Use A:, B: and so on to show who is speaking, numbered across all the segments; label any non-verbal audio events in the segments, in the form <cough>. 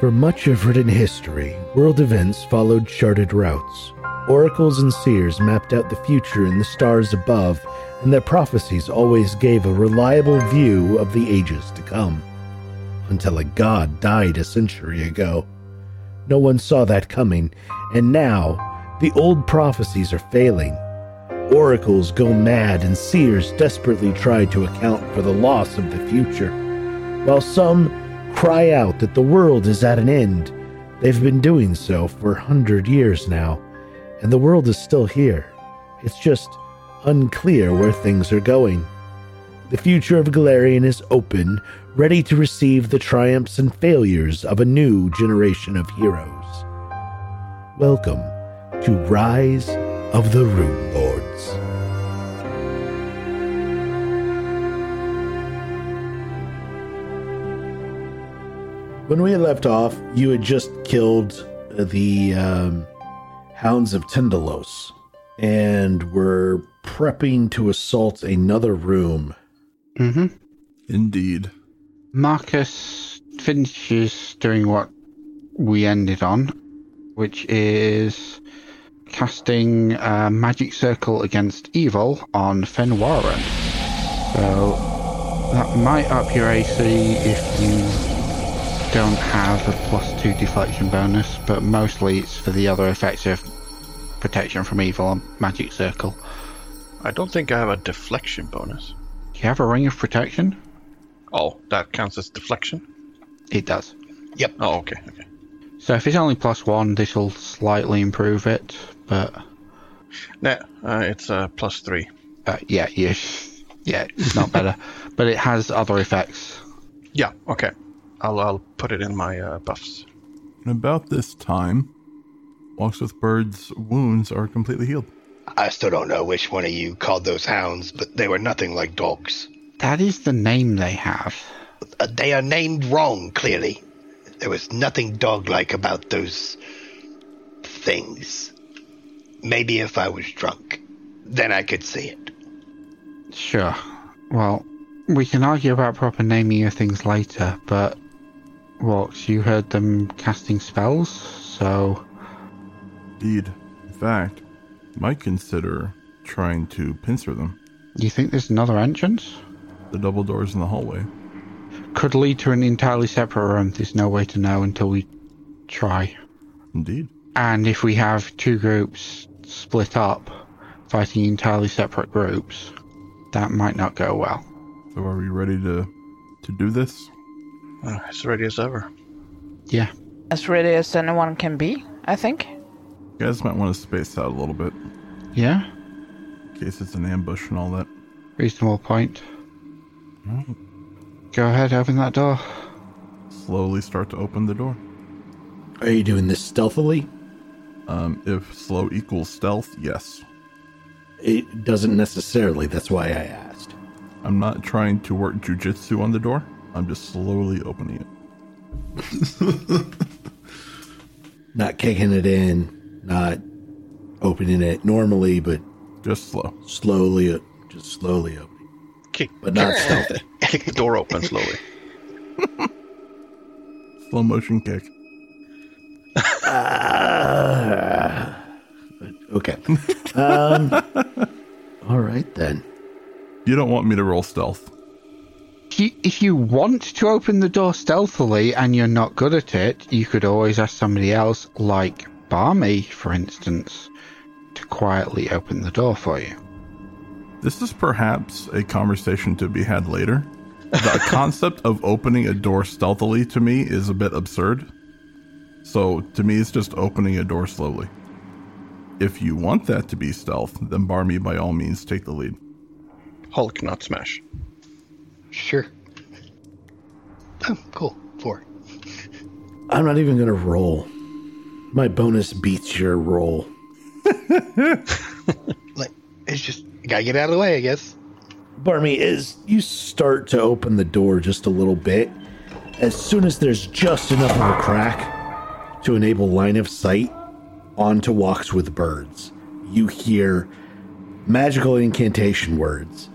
A: For much of written history, world events followed charted routes. Oracles and seers mapped out the future in the stars above, and their prophecies always gave a reliable view of the ages to come. Until a god died a century ago. No one saw that coming, and now the old prophecies are failing. Oracles go mad, and seers desperately try to account for the loss of the future. While some cry out that the world is at an end. They've been doing so for a hundred years now, and the world is still here. It's just unclear where things are going. The future of Galarian is open, ready to receive the triumphs and failures of a new generation of heroes. Welcome to Rise of the Rune Lords. When we left off, you had just killed the um, Hounds of Tendalos and were prepping to assault another room.
B: hmm
C: Indeed.
B: Marcus finishes doing what we ended on, which is casting a magic circle against evil on Fenwarren. So that might up your AC if you don't have a plus two deflection bonus, but mostly it's for the other effects of protection from evil on magic circle.
D: I don't think I have a deflection bonus.
B: Do you have a ring of protection?
D: Oh, that counts as deflection?
B: It does.
D: Yep. Oh, okay, okay.
B: So if it's only plus one, this will slightly improve it. But
D: Nah, uh, it's uh, plus three.
B: uh, yeah, yeah, yeah, it's not better. but it has other effects.
D: Yeah, okay. I'll, I'll put it in my uh, buffs.
C: And about this time, Walks with Bird's wounds are completely healed.
E: I still don't know which one of you called those hounds, but they were nothing like dogs.
B: That is the name they have.
E: Uh, They are named wrong, clearly. There was nothing dog like about those things. Maybe if I was drunk, then I could see it.
B: Sure. Well, we can argue about proper naming of things later. But what you heard them casting spells, so
C: Indeed. In fact, might consider trying to pincer them.
B: you think there's another entrance?
C: The double doors in the hallway.
B: Could lead to an entirely separate room. There's no way to know until we try.
C: Indeed.
B: And if we have two groups split up, fighting entirely separate groups, that might not go well.
C: So are we ready to to do this?
D: Uh, it's ready as ever.
B: Yeah.
F: As ready as anyone can be, I think.
C: You guys might want to space out a little bit
B: Yeah?
C: in case it's an ambush and all that.
B: Reasonable point. Go ahead, open that door.
C: Slowly start to open the door.
A: Are you doing this stealthily?
C: Um, if slow equals stealth, yes.
A: It doesn't necessarily, that's why I asked.
C: I'm not trying to work jujitsu on the door. I'm just slowly opening it.
A: Not kicking it in, not opening it normally, but
C: Just slow.
A: slowly, uh, just slowly opening,
D: Kick,
A: but not stealthy.
D: kick the door open slowly.
C: Slow motion kick.
A: Okay. Um, all right then.
C: You don't want me to roll stealth.
B: If you, if you want to open the door stealthily and you're not good at it, you could always ask somebody else, like Barmy, for instance, to quietly open the door for you.
C: This is perhaps a conversation to be had later. The concept of opening a door stealthily to me is a bit absurd. So to me, it's just opening a door slowly. If you want that to be stealth, then bar me by all means. Take the lead.
D: Hulk, not smash.
E: Sure. Oh, cool. Four.
A: I'm not even gonna roll. My bonus beats your roll.
E: Like, it's just, gotta get out of the way, I guess.
A: Barmy, as you start to open the door just a little bit, as soon as there's just enough of a crack to enable line of sight onto walks with birds, you hear magical incantation words.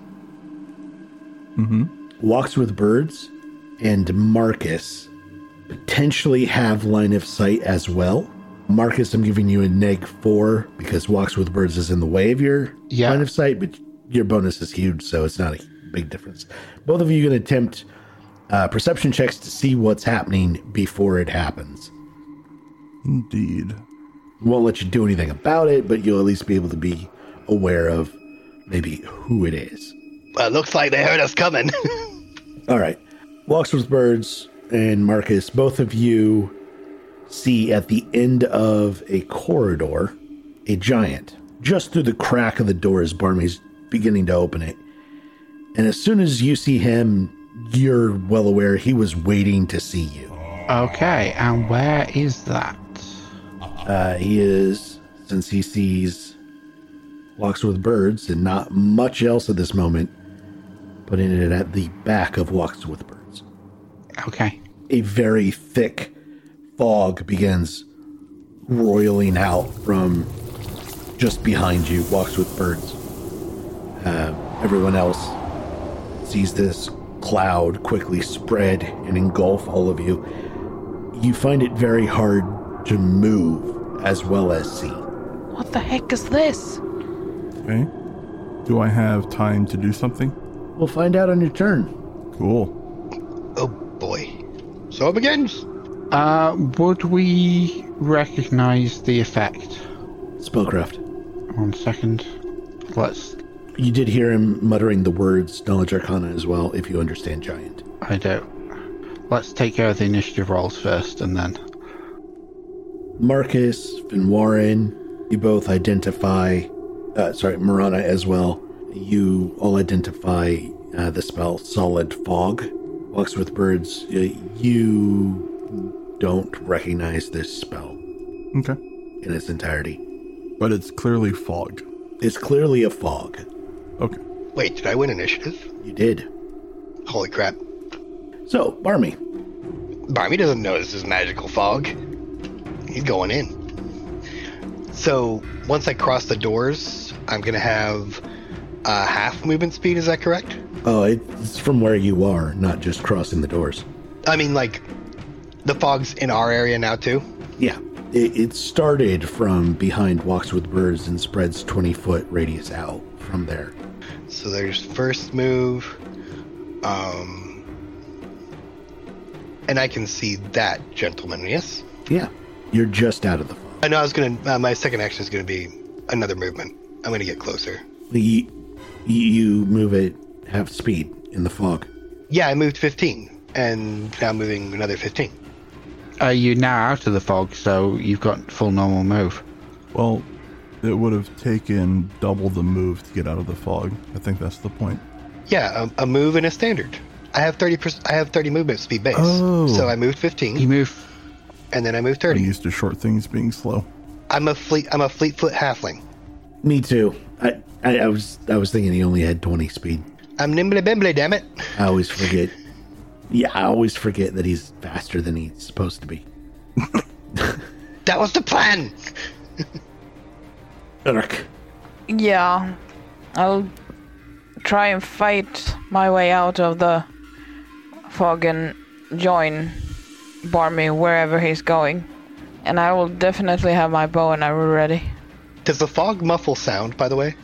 A: Mm-hmm. Walks with birds and Marcus potentially have line of sight as well. Marcus, I'm giving you a neg four because walks with birds is in the way of your
B: Yeah.
A: line of sight, but your bonus is huge, so it's not a big difference. Both of you can attempt uh, perception checks to see what's happening before it happens.
C: Indeed.
A: Won't let you do anything about it, but you'll at least be able to be aware of maybe who it is.
E: Well, it looks like they heard us coming. <laughs>
A: All right. Walks with Birds and Marcus, both of you see at the end of a corridor a giant. Just through the crack of the door as Barmy's beginning to open it. And as soon as you see him, you're well aware he was waiting to see you.
B: Okay, and where is that?
A: Uh, he is, since he sees Walks with Birds and not much else at this moment, putting it at the back of Walks with Birds.
B: Okay.
A: a very thick fog begins roiling out from just behind you, walks with birds. Uh, everyone else sees this cloud quickly spread and engulf all of you. You find it very hard to move as well as see.
F: What the heck is this?
C: Okay. Do I have time to do something?
A: We'll find out on your turn.
C: Cool.
E: oh boy. So it begins.
B: Uh, would we recognize the effect?
A: Spellcraft.
B: One second. Let's.
A: You did hear him muttering the words Knowledge Arcana as well, if you understand Giant.
B: I do. Let's take care of the initiative rolls first, and then.
A: Marcus, Finn Warren, you both identify, uh, sorry, Marana as well. You all identify uh, the spell Solid Fog. Walks with Birds, uh, you don't recognize this spell
C: Okay.
A: in its entirety.
C: But it's clearly fog.
A: It's clearly a fog.
C: Okay.
E: Wait, did I win initiative?
A: You did.
E: Holy crap.
A: So, Barmy,
E: Barmy doesn't know this is magical fog. He's going in. So once I cross the doors, I'm gonna have uh, half movement speed. Is that correct?
A: oh, it's from where you are, not just crossing the doors.
E: I mean, like the fog's in our area now too.
A: Yeah. It, it started from behind Walks with Birds and spreads 20 foot radius out from there.
E: So there's first move, um, and I can see that gentleman. Yes.
A: Yeah. You're just out of the fog.
E: I know I was gonna. Uh, my second action is gonna be another movement. I'm gonna get closer.
A: You, you move at half speed in the fog.
E: Yeah, I moved 15, and now I'm moving another 15.
B: Are you Uh, now out of the fog, so you've got full normal move?
C: Well, it would have taken double the move to get out of the fog. I think that's the point.
E: Yeah, a, a move and a standard. I have 30. percent I have 30 movement speed base.
C: Oh.
E: So I moved
B: You
E: 15,
B: move.
E: and then I moved
C: I'm
E: 30.
C: used to short things being slow.
E: I'm a fleet. I'm a fleet foot halfling.
A: Me too. I, I, I was I was thinking he only had twenty speed.
E: I'm nimbly bimbly, damn it.
A: I always forget. Yeah, I always forget that he's faster than he's supposed to be.
E: That was the plan.
A: Urk.
F: Yeah, I'll try and fight my way out of the fog and join Barmy wherever he's going. And I will definitely have my bow and arrow ready.
E: Does the fog muffle sound? By the way,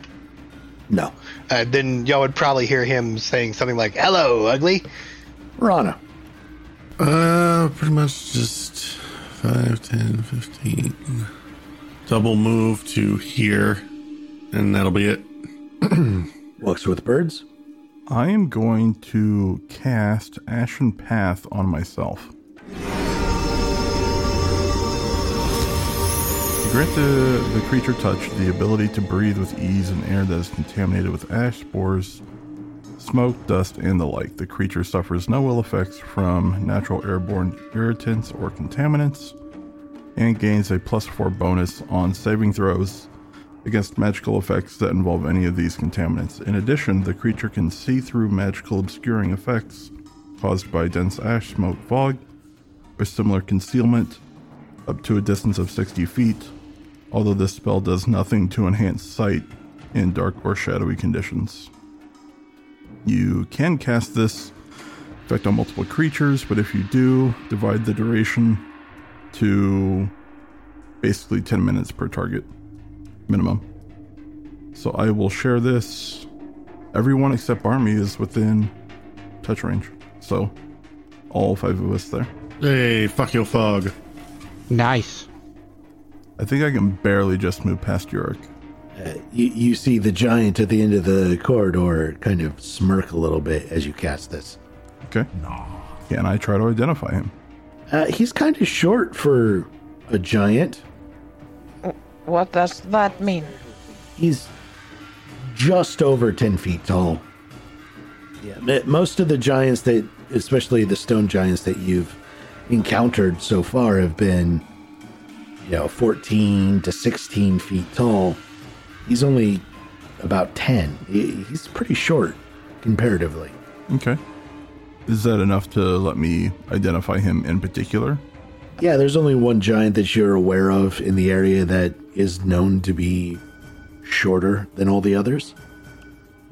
A: No.
E: uh, then y'all would probably hear him saying something like "Hello, ugly."
A: Rana.
G: Uh, pretty much just 5, 10, 15. Double move to here, and that'll be it.
A: Walks with birds.
C: I am going to cast Ashen Path on myself. To grant the, the creature touch the ability to breathe with ease in air that is contaminated with ash spores, smoke, dust, and the like. The creature suffers no ill effects from natural airborne irritants or contaminants, and gains a plus four bonus on saving throws against magical effects that involve any of these contaminants. In addition, the creature can see through magical obscuring effects caused by dense ash, smoke, fog, or similar concealment up to a distance of 60 feet, although this spell does nothing to enhance sight in dark or shadowy conditions. You can cast this effect on multiple creatures, but if you do, divide the duration to basically 10 minutes per target minimum. So I will share this. Everyone except Army is within touch range. So all five of us there.
G: Hey, fuck your fog.
B: Nice.
C: I think I can barely just move past Yurik.
A: You, you see the giant at the end of the corridor kind of smirk a little bit as you cast this.
C: Okay. No. Can I try to identify him?
A: Uh, he's kind of short for a giant.
F: What does that mean?
A: He's just over 10 feet tall. Yeah, but most of the giants that, especially the stone giants that you've encountered so far, have been, you know, 14 to 16 feet tall. He's only about 10. He- He's pretty short comparatively.
C: Okay. Is that enough to let me identify him in particular?
A: Yeah, there's only one giant that you're aware of in the area that is known to be shorter than all the others.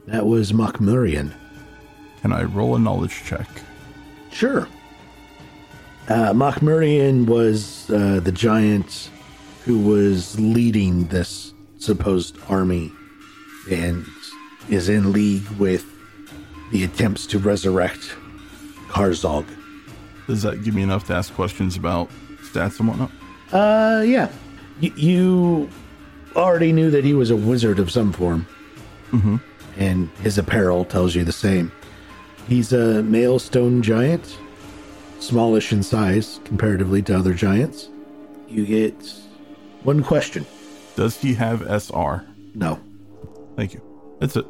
A: That was Machmurian.
C: Can I roll a knowledge check?
A: Sure. Uh, Machmurian was uh, the giant who was leading this supposed army and is in league with the attempts to resurrect Karzog.
C: Does that give me enough to ask questions about stats and whatnot?
A: Uh, yeah. Y- you already knew that he was a wizard of some form. Mm-hmm. And his apparel tells you the same. He's a male stone giant, smallish in size comparatively to other giants. You get one question.
C: Does he have SR?
A: No.
C: Thank you. That's it.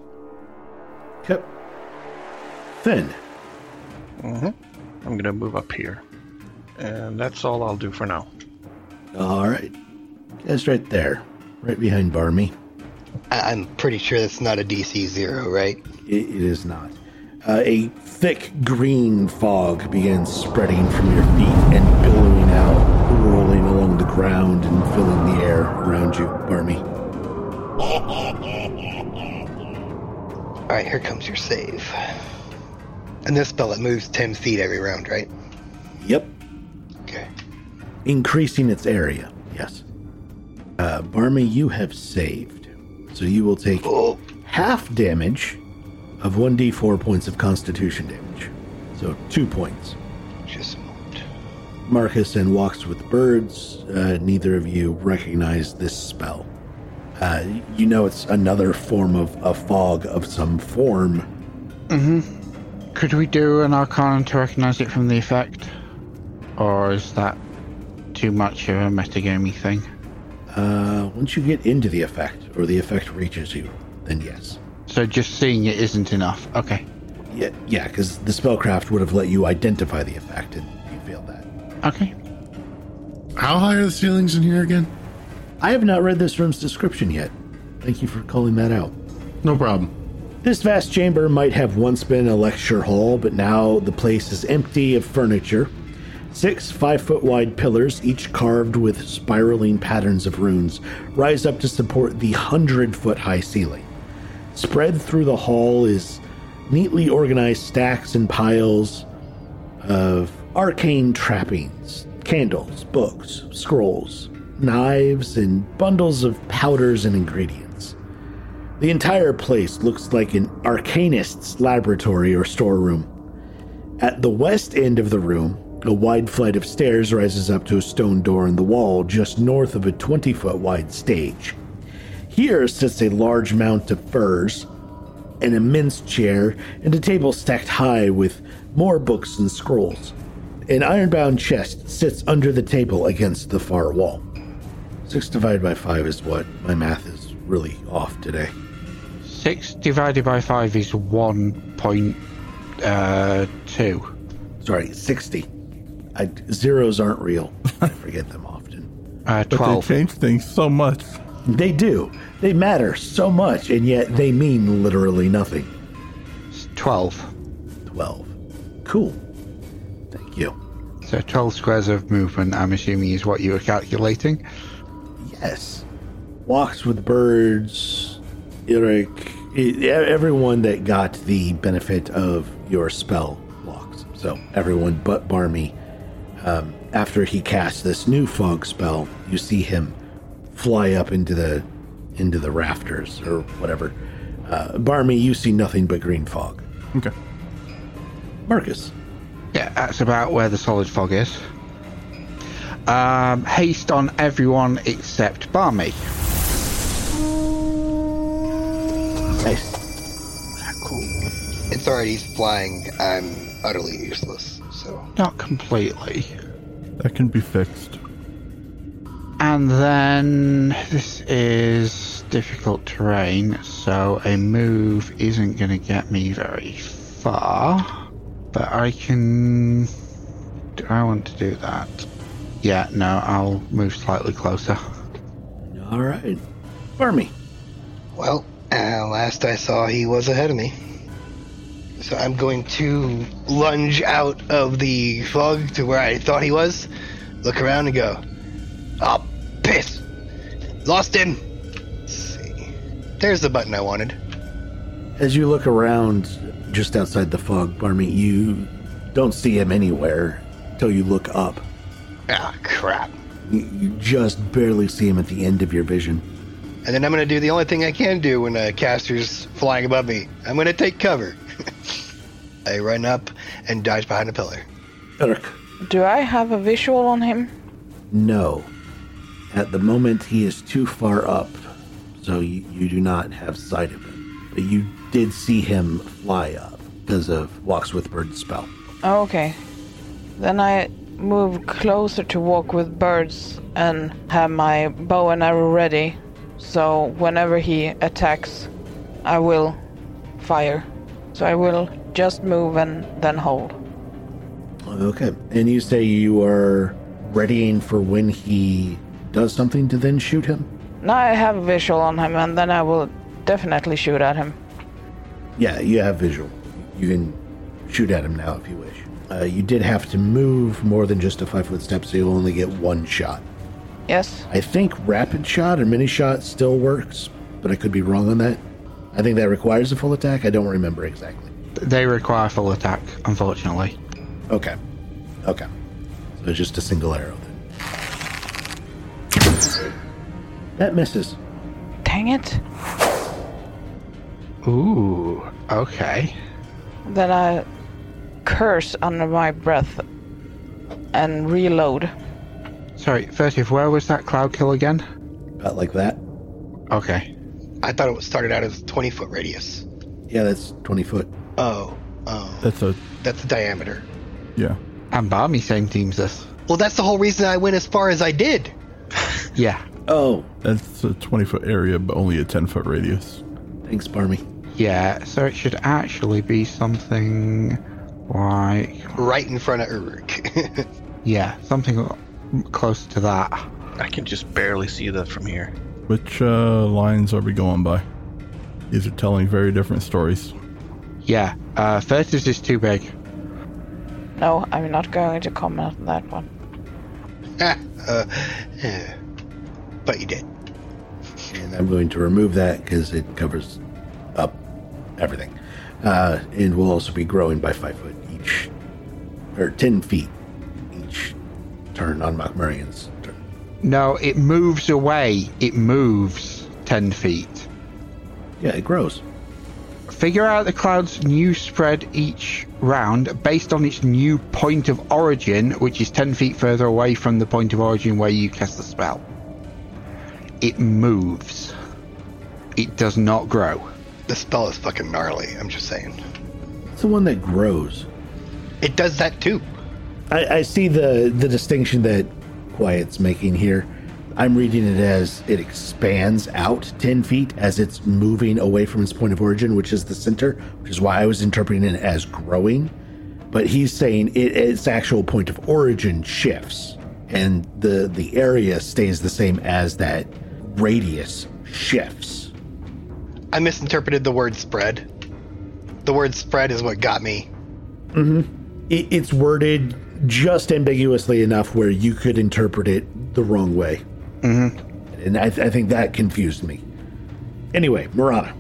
A: Yep. Finn.
D: I'm gonna move up here, and that's all I'll do for now.
A: All right. That's right there, right behind Barmy.
E: I- I'm pretty sure that's not a DC zero, right?
A: It, it is not. Uh, a thick green fog begins spreading from your feet and billowing out, rolling along the ground and filling the air around you, Barmy.
E: All right, here comes your save. And this spell it moves ten feet every round, right?
A: Yep.
E: Okay.
A: Increasing its area. Yes. Uh, Barmy, you have saved. So you will take
E: Oh,
A: half damage of 1d4 points of constitution damage. So two points.
E: just a moment.
A: Marcus and Walks with Birds, uh, neither of you recognize this spell. Uh, you know it's another form of a fog of some form.
B: Could we do an Arcana to recognize it from the effect? Or is that too much of a metagamey thing?
A: Uh, once you get into the effect, or the effect reaches you, then yes.
B: So just seeing it isn't enough. Okay.
A: Yeah, yeah, because the spellcraft would have let you identify the effect, and you failed that.
B: Okay.
G: How high are the ceilings in here again?
A: I have not read this room's description yet. Thank you for calling that out.
G: No problem.
A: This vast chamber might have once been a lecture hall, but now the place is empty of furniture. Six five foot wide pillars, each carved with spiraling patterns of runes, rise up to support the hundred foot high ceiling. Spread through the hall is neatly organized stacks and piles of arcane trappings candles, books, scrolls, knives, and bundles of powders and ingredients. The entire place looks like an arcanist's laboratory or storeroom. At the west end of the room, a wide flight of stairs rises up to a stone door in the wall just north of a 20 foot wide stage. Here sits a large mount of furs, an immense chair, and a table stacked high with more books and scrolls. An ironbound chest sits under the table against the far wall. Six divided by five is what? My math is really off today.
B: Six divided by five is one point uh, two.
A: Sorry, 60. I, zeros aren't real. I forget them often.
B: Uh,
C: But
B: Twelve.
C: they change things so much.
A: They do. They matter so much, and yet they mean literally nothing.
B: Twelve.
A: 12. Cool. Thank you.
B: So twelve squares of movement. I'm assuming is what you were calculating.
A: Yes. Walks with birds, e, Eric, e- everyone that got the benefit of your spell walks. So everyone but Barmy. Um, after he casts this new fog spell, you see him fly up into the into the rafters or whatever. Uh, Barmy, you see nothing but green fog.
C: Okay.
A: Marcus,
B: Yeah, that's about where the solid fog is. Um, haste on everyone except Barmy.
A: nice.
E: Cool. It's already flying. I'm utterly useless. So
B: Not completely.
C: That can be fixed.
B: And then this is difficult terrain, so a move isn't going to get me very far. But I can. Do I want to do that? Yeah, no, I'll move slightly closer.
A: All right, Barmy.
E: Well, uh, last I saw, he was ahead of me. So I'm going to lunge out of the fog to where I thought he was, look around and go, Oh, piss! Lost him! Let's see. There's the button I wanted.
A: As you look around just outside the fog, Barmy, you don't see him anywhere till you look up.
E: Ah, crap.
A: You, you just barely see him at the end of your vision.
E: And then I'm going to do the only thing I can do when a caster's flying above me I'm going to take cover. <laughs> I run up and dodge behind a pillar.
A: Urk.
F: Do I have a visual on him?
A: No. At the moment, he is too far up, so you, you do not have sight of him. But you did see him fly up because of Walks with Bird spell.
F: Oh, Okay. Then I move closer to walk with birds and have my bow and arrow ready. So whenever he attacks, I will fire. So I will just move and then hold.
A: Okay. And you say you are readying for when he does something to then shoot him?
F: Now I have a visual on him and then I will definitely shoot at him.
A: Yeah, you have visual. You can shoot at him now if you wish. Uh, you did have to move more than just a five foot step, so you'll only get one shot.
F: Yes?
A: I think rapid shot or mini shot still works, but I could be wrong on that. I think that requires a full attack. I don't remember exactly.
B: They require full attack, unfortunately.
A: Okay. Okay. So it's just a single arrow then. That misses.
F: Dang it.
B: Ooh, okay.
F: Then I curse under my breath and reload.
B: Sorry, 30th, where was that cloud kill again?
A: About like that.
B: Okay.
E: I thought it was- started out as 20 foot radius.
A: Yeah, that's 20 foot.
E: Oh, oh.
C: That's a
E: That's the diameter.
C: yeah.
B: And Barmy, same teams us.
E: Well, that's the whole reason I went as far as I did.
B: Yeah,
A: Oh,
C: That's a twenty foot area, but only a ten foot radius.
A: thanks, Barmy.
B: yeah, so it should actually be something like.
E: Right in front of Uruk. <laughs>
B: Yeah, something close to that.
D: I can just barely see that from here.
C: Which uh, lines are we going by? These are telling very different stories.
B: Yeah, uh, 30 is just too big.
F: No, I'm not going to comment on that one.
E: uh, eh. but you did.
A: And I'm going to remove that because it covers up everything. Uh, and we'll also be growing by five foot each, or 10 feet each turn on Machmurian's turn.
B: No, it moves away. It moves 10 feet.
A: Yeah, it grows.
B: Figure out the cloud's new spread each round based on its new point of origin, which is 10 feet further away from the point of origin where you cast the spell. It moves. It does not grow.
E: The spell is fucking gnarly. I'm just saying.
A: It's the one that grows.
E: It does that too.
A: I, I see the, the distinction that Quiet's making here. I'm reading it as it expands out 10 feet as it's moving away from its point of origin, which is the center, which is why I was interpreting it as growing. But he's saying it, its actual point of origin shifts and the, the area stays the same as that radius shifts.
E: I misinterpreted the word spread. The word spread is what got me.
A: It, it's worded just ambiguously enough where you could interpret it the wrong way. Mm-hmm. And I, th- I think that confused me. Anyway, Murata.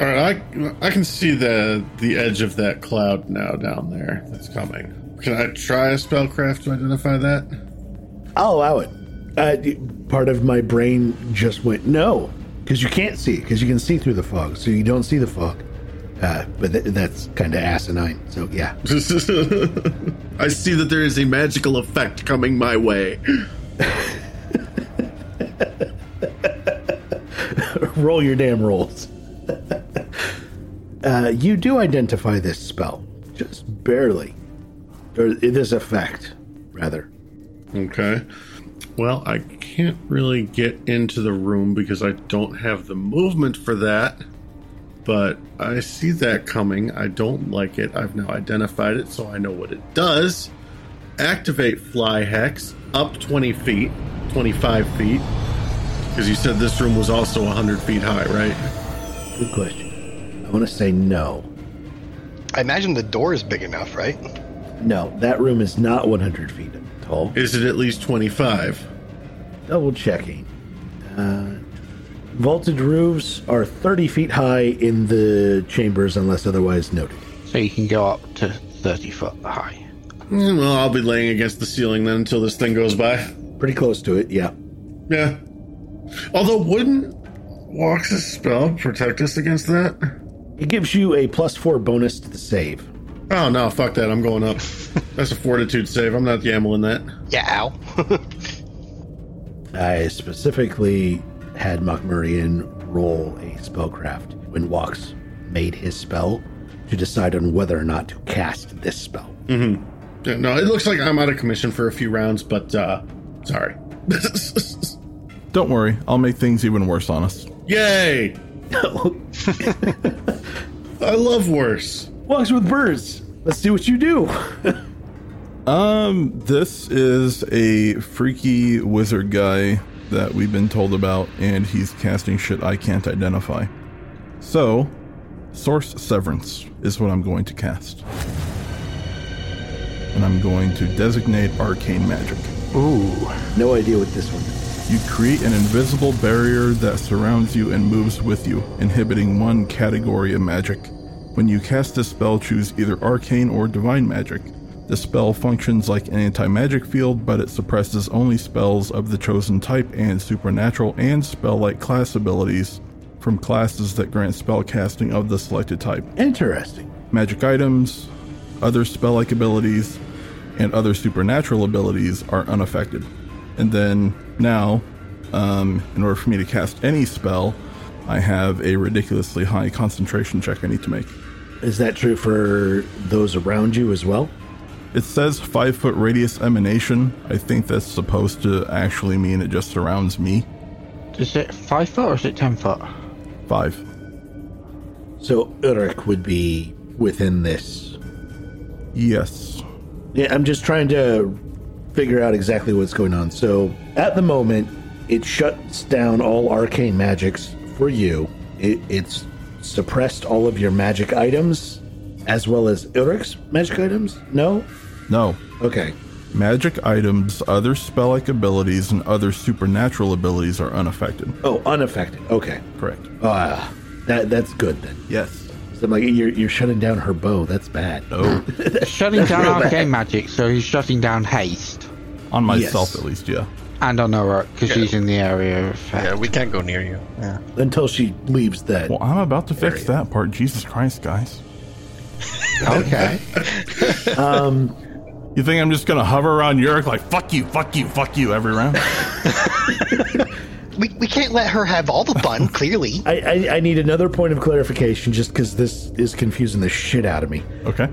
G: All right, I, I can see the the edge of that cloud now down there. That's coming. Can I try a spellcraft to identify that?
A: I'll allow it. Uh, y- part of my brain just went no, because you can't see, because you can see through the fog, so you don't see the fog. Uh, but th- that's kind of asinine. So yeah,
G: <laughs> I see that there is a magical effect coming my way.
A: roll your damn rolls. <laughs> uh, you do identify this spell, just barely, or this effect, rather.
G: Okay. Well, I can't really get into the room because I don't have the movement for that. But I see that coming. I don't like it. I've now identified it, so I know what it does. Activate Fly Hex up 20 feet, 25 feet. Because you said this room was also 100 feet high, right?
A: Good question. I want to say no.
E: I imagine the door is big enough, right?
A: No, that room is not 100 feet tall.
G: Is it at least 25?
A: Double checking. Uh, vaulted roofs are 30 feet high in the chambers unless otherwise noted.
B: So you can go up to 30 foot high.
G: Mm, Well, I'll be laying against the ceiling then until this thing goes by.
A: Pretty close to it, yeah.
G: Yeah. Although, wouldn't Walks' spell protect us against that?
A: It gives you a plus four bonus to the save.
G: Oh, no, fuck that. I'm going up. That's a fortitude save. I'm not gambling that.
E: Yeah, ow. <laughs>
A: I specifically had Machmurian roll a spellcraft when Walks made his spell to decide on whether or not to cast this spell.
G: Yeah, No, it looks like I'm out of commission for a few rounds, but, uh, sorry. <laughs>
C: Don't worry, I'll make things even worse on us.
G: Yay! I love worse.
A: Walks with birds. Let's see what you do.
C: Um, this is a freaky wizard guy that we've been told about, and he's casting shit I can't identify. So, Source Severance is what I'm going to cast. And I'm going to designate arcane magic.
A: no idea what this one is.
C: You create an invisible barrier that surrounds you and moves with you, inhibiting one category of magic. When you cast this spell, choose either arcane or divine magic. The spell functions like an anti magic field, but it suppresses only spells of the chosen type and supernatural and spell like class abilities from classes that grant spell casting of the selected type
A: Interesting.
C: magic items, other spell like abilities, and other supernatural abilities are unaffected. And then now, um, in order for me to cast any spell, I have a ridiculously high concentration check I need to make.
A: Is that true for those around you as well?
C: It says five foot radius emanation. I think that's supposed to actually mean it just surrounds me.
B: Is it 5 foot or is it 10 foot?
C: Five.
A: So Uruk would be within this.
C: Yes.
A: Yeah, I'm just trying to figure out exactly what's going on. So at the moment, it shuts down all arcane magics for you. It, it's suppressed all of your magic items, as well as Uruk's magic items. No,
C: No.
A: okay.
C: Magic items, other spell like abilities, and other supernatural abilities are unaffected.
A: Oh, unaffected. Okay,
C: Correct.
A: ah, that that's good then.
C: Yes.
A: 'Cause I'm like, you're you're shutting down her bow. That's bad.
C: Oh.
B: Shutting down arcane magic, so he's shutting down haste.
C: On myself,
A: Yes.
C: at least, yeah.
B: And on Uruk, because
D: Yeah.
B: he's in the area of. uh,
D: Yeah,
B: effect.
D: we can't go near you. Yeah.
A: <laughs> Until she leaves that.
C: Well, I'm about to fix
A: Area.
C: that part. Jesus Christ, guys.
B: Okay.
C: You think I'm just going to hover around Yurik like, fuck you, fuck you, fuck you every round?
A: <laughs>
E: we, we can't let her have all the fun, clearly.
A: I, I, I need another point of clarification just because this is confusing the shit out of me.
C: okay.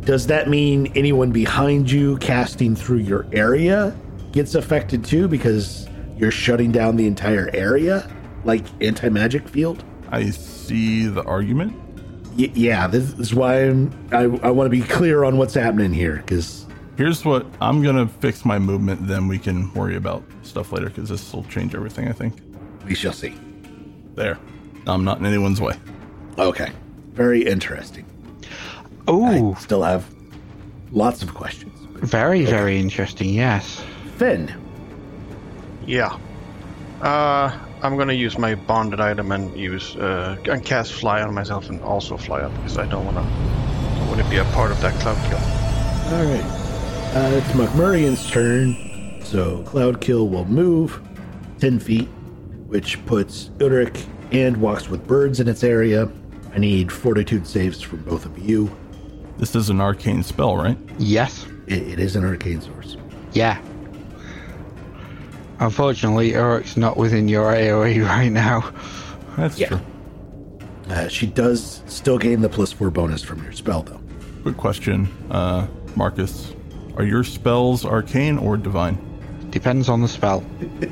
A: Does that mean anyone behind you casting through your area gets affected too because you're shutting down the entire area? Like anti magic field?
C: I see the argument.
A: Y- yeah, this is why I'm, I, I want to be clear on what's happening here because
C: Here's what I'm going to fix my movement, then we can worry about stuff later because this will change everything, I think.
A: we shall see.
C: There. I'm not in anyone's way.
A: Okay. Very interesting.
B: Ooh,
A: Still have lots of questions.
B: Oh, very, very interesting, yes.
A: Finn,
D: Yeah. Uh, I'm gonna use my bonded item and use uh, and cast fly on myself and also fly up because I don't wanna don't wanna be a part of that cloud kill.
A: All right. Uh, it's McMurrian's turn. So Cloudkill will move 10 feet, which puts Ulrich and Walks with Birds in its area. I need fortitude saves from both of you.
C: This is an arcane spell, right?
B: Yes.
A: It, it is an arcane source.
B: Yeah. Unfortunately, Uruk's not within your AoE <laughs> right now.
C: That's
A: Yeah.
C: true.
A: Uh, she does still gain the plus four bonus from your spell, though.
C: Quick question, uh, Marcus. Are your spells arcane or divine?
B: Depends on the spell.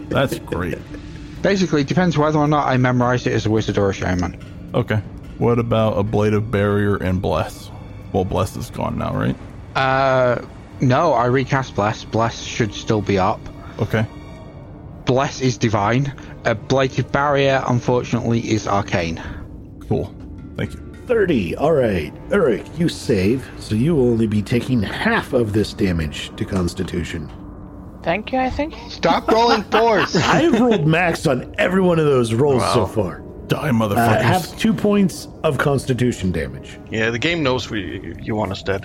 C: That's great.
A: <laughs>
B: Basically, depends whether or not I memorize it as a wizard or a shaman.
C: Okay. What about a blade of barrier and bless? Well, bless is gone now, right?
B: Uh, no, I recast Bless. Bless should still be up.
C: Okay.
B: Bless is divine. A bladed barrier, unfortunately, is arcane.
C: Cool. Thank you.
A: 30. All right. Eric, you save, so you will only be taking half of this damage to Constitution.
F: Thank you, I think.
E: Stop rolling fours.
A: I have rolled max on every one of those rolls so far.
C: Die,
A: Uh,
C: motherfuckers.
A: have two points of Constitution damage.
D: Yeah, the game knows we you want us dead.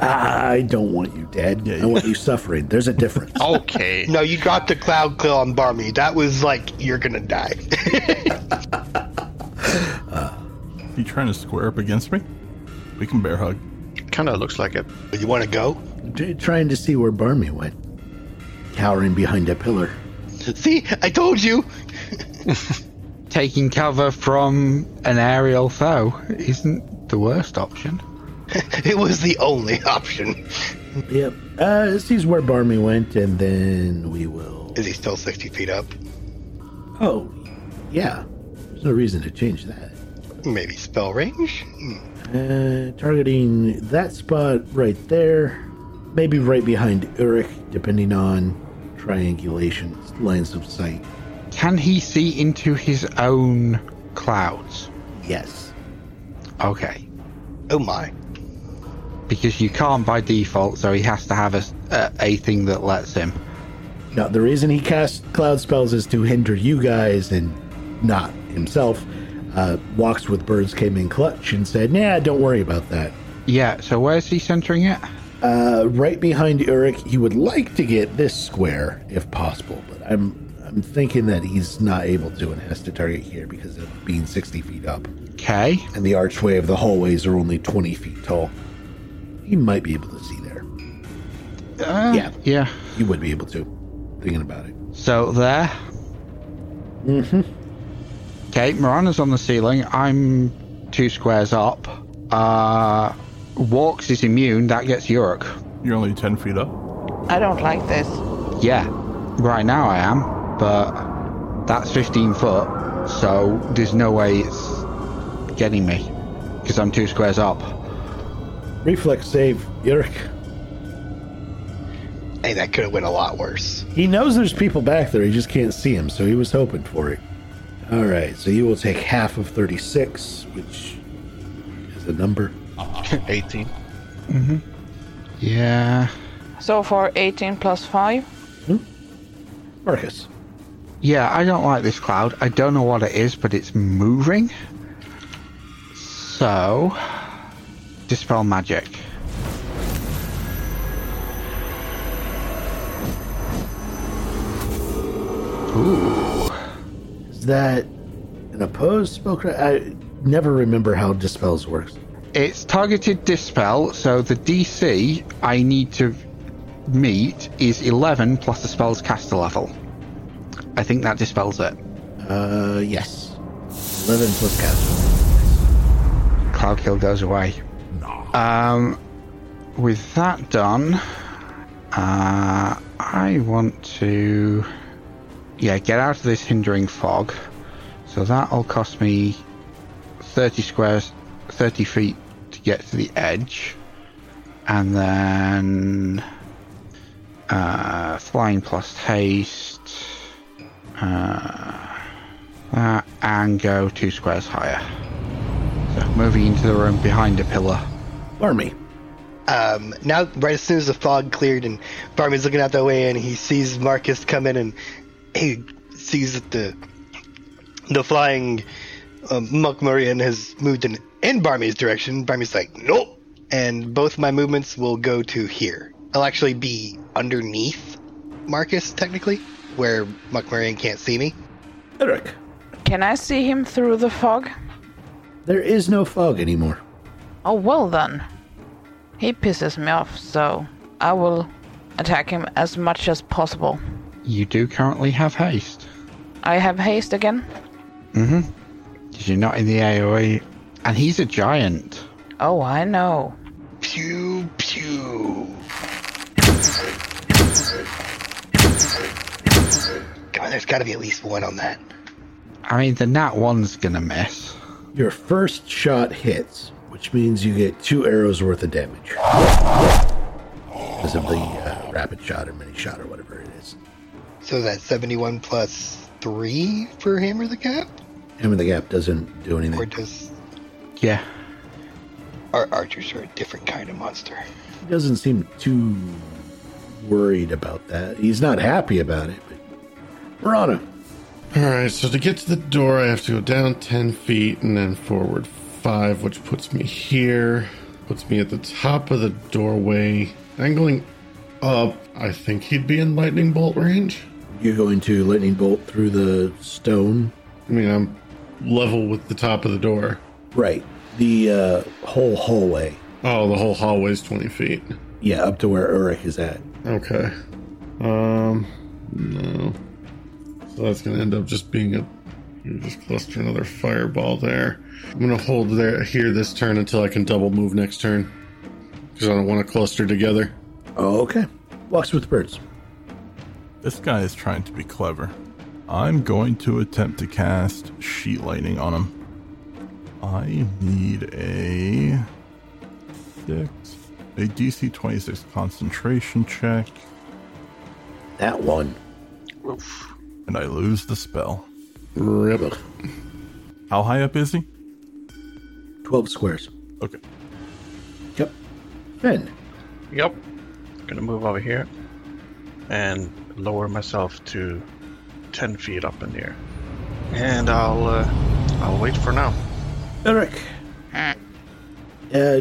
A: I don't want you dead. I want you suffering. There's a <laughs> difference.
D: <laughs> Okay.
E: No, you dropped the cloud kill on Barmy. That was like you're gonna die. <laughs>
C: you trying to square up against me? We can bear hug.
D: kind of looks like it.
E: you want to go?
A: T- trying to see where Barmy went, cowering behind a pillar.
E: See, I told you.
B: Taking cover from an aerial foe isn't the worst option.
E: It was the only <laughs> option.
A: Yep. Uh, this is where Barmy went, and then we will.
E: Is he still 60 feet up?
A: Oh, yeah. There's no reason to change that.
E: Maybe spell range?
A: Uh, targeting that spot right there, maybe right behind Urich, depending on triangulation lines of sight.
B: Can he see into his own clouds?
A: Yes.
B: Okay.
E: Oh my.
B: Because you can't by default, so he has to have a, s- a, a thing that lets him.
A: Now, the reason he casts cloud spells is to hinder you guys and not himself. Uh, Walks with Birds came in clutch and said, Nah, don't worry about that.
B: Yeah, so where's he centering it?
A: Uh, right behind Urich, he would like to get this square if possible, but I'm I'm thinking that he's not able to and has to target here because of being 60 feet up.
B: Okay.
A: And the archway of the hallways are only 20 feet tall. He might be able to see there.
B: Uh,
A: Yeah.
B: Yeah.
A: He would be able to, thinking about it.
B: So there. Okay, Mirana's on the ceiling. I'm two squares up. Uh, Walks is immune. That gets Yurik.
C: You're only 10 feet up.
F: I don't like this.
B: Yeah, right now I am, but that's 15 foot, so there's no way it's getting me because I'm two squares up.
A: Reflex save, Urich.
E: Hey, that could have went a lot worse.
A: He knows there's people back there. He just can't see him, so he was hoping for it. All right, so you will take half of 36, which is a number.
D: 18.
B: Yeah.
F: So for 18 plus 5,
A: Marcus.
B: Yeah, I don't like this cloud. I don't know what it is, but it's moving. So, dispel magic.
A: Is that an opposed spell? cra- I never remember how dispels works.
B: It's targeted dispel, so the DC I need to meet is 11 plus the spell's caster level. I think that dispels it.
A: Uh, yes. 11 plus cast.
B: Cloud Kill goes away. Um, with that done, uh, I want to, yeah, get out of this hindering fog. So that'll cost me 30 squares, 30 feet to get to the edge, and then uh, flying plus haste. Uh, that and go two squares higher. So moving into the room behind a pillar.
A: Barmy.
E: Um, now, right as soon as the fog cleared and Barmy's looking out that way and he sees Marcus come in and, hey, sees that the the flying uh, Muckmurian has moved in in Barmy's direction. Barmy's like, nope, and both my movements will go to here. I'll actually be underneath Marcus technically, where Muckmurian can't see me.
H: Eric.
F: Can I see him through the fog?
A: There is no fog anymore.
F: Oh, well then. He pisses me off, so I will attack him as much as possible.
B: You do currently have haste.
F: I have haste again.
B: You're not in the AoE. And he's a giant.
F: Oh, I know.
E: Pew pew. God, there's got to be at least one on that.
B: I mean, the nat one's gonna miss.
A: Your first shot hits, which means you get two arrows worth of damage. Presumably, uh, rapid shot or mini shot or whatever it is.
E: So that's 71 plus 3 for Hammer the Cap?
A: Hammer the Gap doesn't do
E: Or
A: anything.
E: does
B: Yeah.
E: our archers are a different kind of monster?
A: He doesn't seem too worried about that. He's not happy about it, but we're on him.
G: All right, so to get to the door, I have to go down 10 feet and then forward 5, which puts me here, puts me at the top of the doorway. I'm going up. I think he'd be in lightning bolt range.
A: You're going to lightning bolt through the stone.
G: I mean, I'm level with the top of the door.
A: Right. The uh, whole hallway.
G: Oh, the whole hallway's 20 feet.
A: Yeah, up to where Urich is at.
G: Okay. Um, no. So that's going to end up just being a. You just cluster another fireball there. I'm going to hold there here this turn until I can double move next turn. Because I don't want to cluster together.
A: Okay. Walks with the birds.
C: This guy is trying to be clever. I'm going to attempt to cast sheet lightning on him. I need a six, a DC 26 concentration check,
A: That one.
C: and I lose the spell.
G: Rip.
C: How high up is he?
A: 12 squares.
C: Okay.
A: Yep. Ben.
D: Yep. Gonna move over here and lower myself to 10 feet up in the air. And I'll uh, I'll wait for now.
A: Eric. Uh,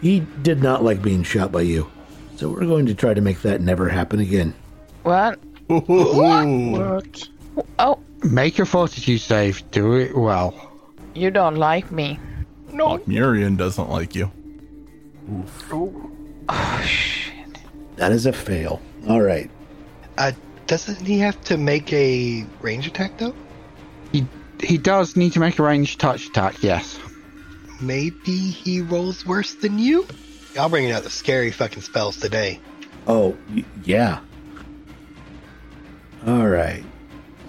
A: he did not like being shot by you. So we're going to try to make that never happen again.
F: What?
D: What?
F: Oh,
B: Make a fortitude save. Do it well.
F: you don't like me.
C: Murian doesn't like you.
A: That is a fail. All right.
E: Uh, doesn't he have to make a range attack though?
B: He he does need to make a ranged touch attack. Yes.
E: Maybe he rolls worse than you? I'll bring out the scary fucking spells today.
A: Oh, y- yeah. All right.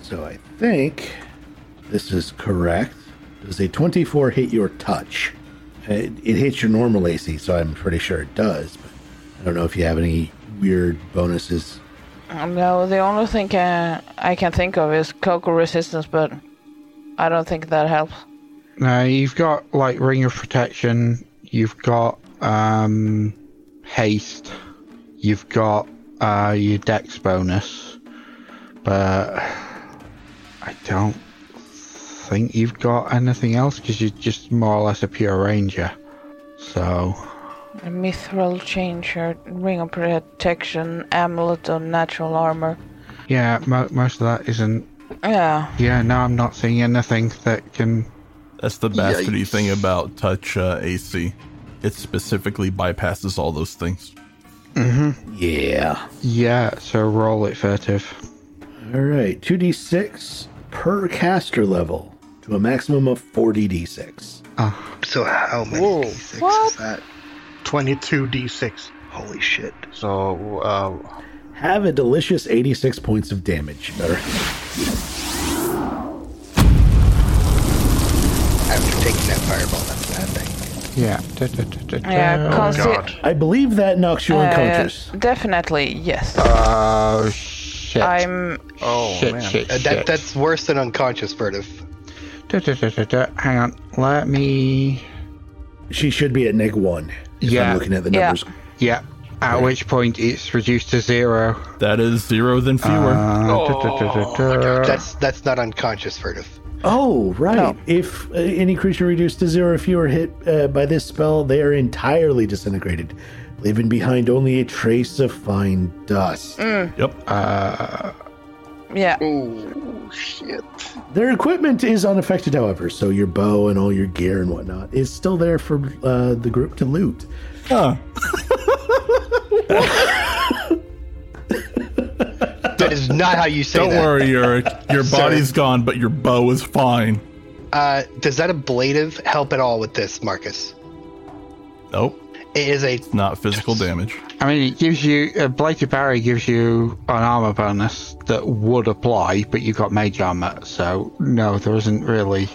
A: So I think this is correct. Does a 24 hit your touch? It, it hits your normal AC, so I'm pretty sure it does. But I don't know if you have any weird bonuses.
F: No, the only thing uh, I can think of is cocoa resistance, but I don't think that helps.
B: Now you've got like ring of protection. You've got um, haste. You've got uh, your dex bonus, but I don't think you've got anything else because you're just more or less a pure ranger. So
F: A mithril changer, ring of protection, amulet of natural armor.
B: yeah, mo- most of that isn't.
F: Yeah,
B: Yeah, no, I'm not seeing anything that can.
C: That's the bastardy thing about touch uh, AC. It specifically bypasses all those things.
A: Yeah.
B: Yeah, so roll it furtive.
A: All right. 2d6 per caster level to a maximum of 40d6.
E: So how many
D: Whoa.
E: d6
F: What?
E: is that?
D: 22d6.
E: Holy shit.
D: So, uh,
A: Have a delicious 86 points of damage. Better.
E: After taking that fireball, that's a bad thing.
B: Yeah. Da, da, da, da, da.
F: yeah. consi-
D: God.
A: I believe that knocks you
F: uh,
A: unconscious.
F: definitely yes.
B: Oh shit.
F: I'm
D: Oh,
B: shit,
D: man.
B: shit,
E: Uh,
B: shit.
E: that, that's worse than unconscious, furtive.
B: Da, da, da, da, da. Hang on. Let me.
A: She should be at neg one. If
B: Yeah.
A: I'm looking at the
F: Yeah.
A: numbers
B: Yeah. At which point it's reduced to zero.
C: That is zero, then fewer.
B: Uh, da, da, da, da, da.
E: Oh. That's that's not unconscious, furtive.
A: Oh, right. If uh, any creature reduced to zero or fewer hit uh, by this spell, they are entirely disintegrated, leaving behind only a trace of fine dust.
F: Mm.
C: yep.
F: Yeah.
E: Oh shit!
A: Their equipment is unaffected, however, so your bow and all your gear and whatnot is still there for uh, the group to loot.
C: Huh.
E: That is not how you say
C: Don't
E: that.
C: worry, Yurik. Your body's gone, but your bow is fine.
E: Uh, does that ablative help at all with this, Marcus?
C: Nope.
E: It is a
C: Not physical damage.
B: I mean, it gives you uh, a blighted barrier gives you an armor bonus that would apply, but you got mage armor, so no, there isn't really.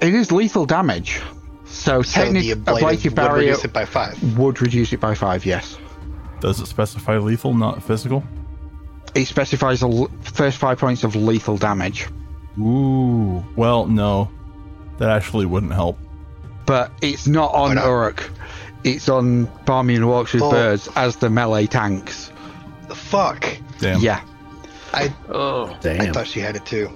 B: It is lethal damage, so uh,
E: so
B: technically
E: the
B: a
E: ablative
B: blighted
E: would
B: barrier
E: reduce it by five.
B: would reduce it by five. Yes,
C: Does it specify lethal, not physical?
B: it specifies the l- first five points of lethal damage,
C: Ooh. Well, no. That actually wouldn't help.
B: but it's not on
E: not?
B: Uruk. It's on Barmy and Walks with
E: Oh.
B: Birds as the melee tanks.
E: The fuck!
C: Damn.
B: Yeah.
E: I
D: Oh,
A: Damn.
E: I thought she had it too.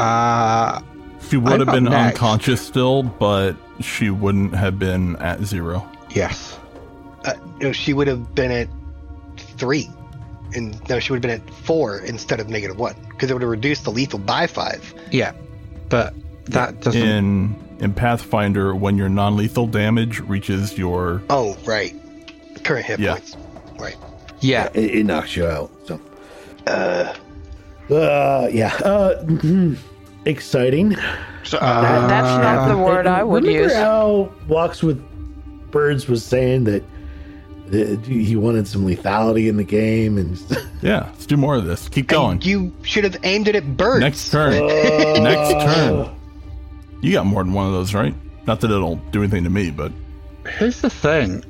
B: Uh,
C: She would
B: I'm
C: have
B: up
C: been
B: next.
C: unconscious still, but she wouldn't have been at zero.
B: yes.
E: Uh, no, she would have been at three, and no, she would have been at four instead of negative one because it would have reduced the lethal by five.
B: Yeah. But that doesn't.
C: In in Pathfinder, when your non lethal damage reaches your
E: Oh, right. Current hit
C: Yeah.
E: points. Right.
B: Yeah.
A: It, it knocks you out. So. Uh. yeah. Uh. mhm. Exciting.
D: so, uh,
F: That- That's not the word I would
A: Remember
F: use.
A: how Walks with Birds was saying that, that he wanted some lethality in the game, and <laughs>
C: Yeah, let's do more of this. Keep going.
E: You should have aimed it at birds.
C: Next turn. Next turn. You got more than one of those, right? Not that it'll do anything to me, but
B: Here's the thing.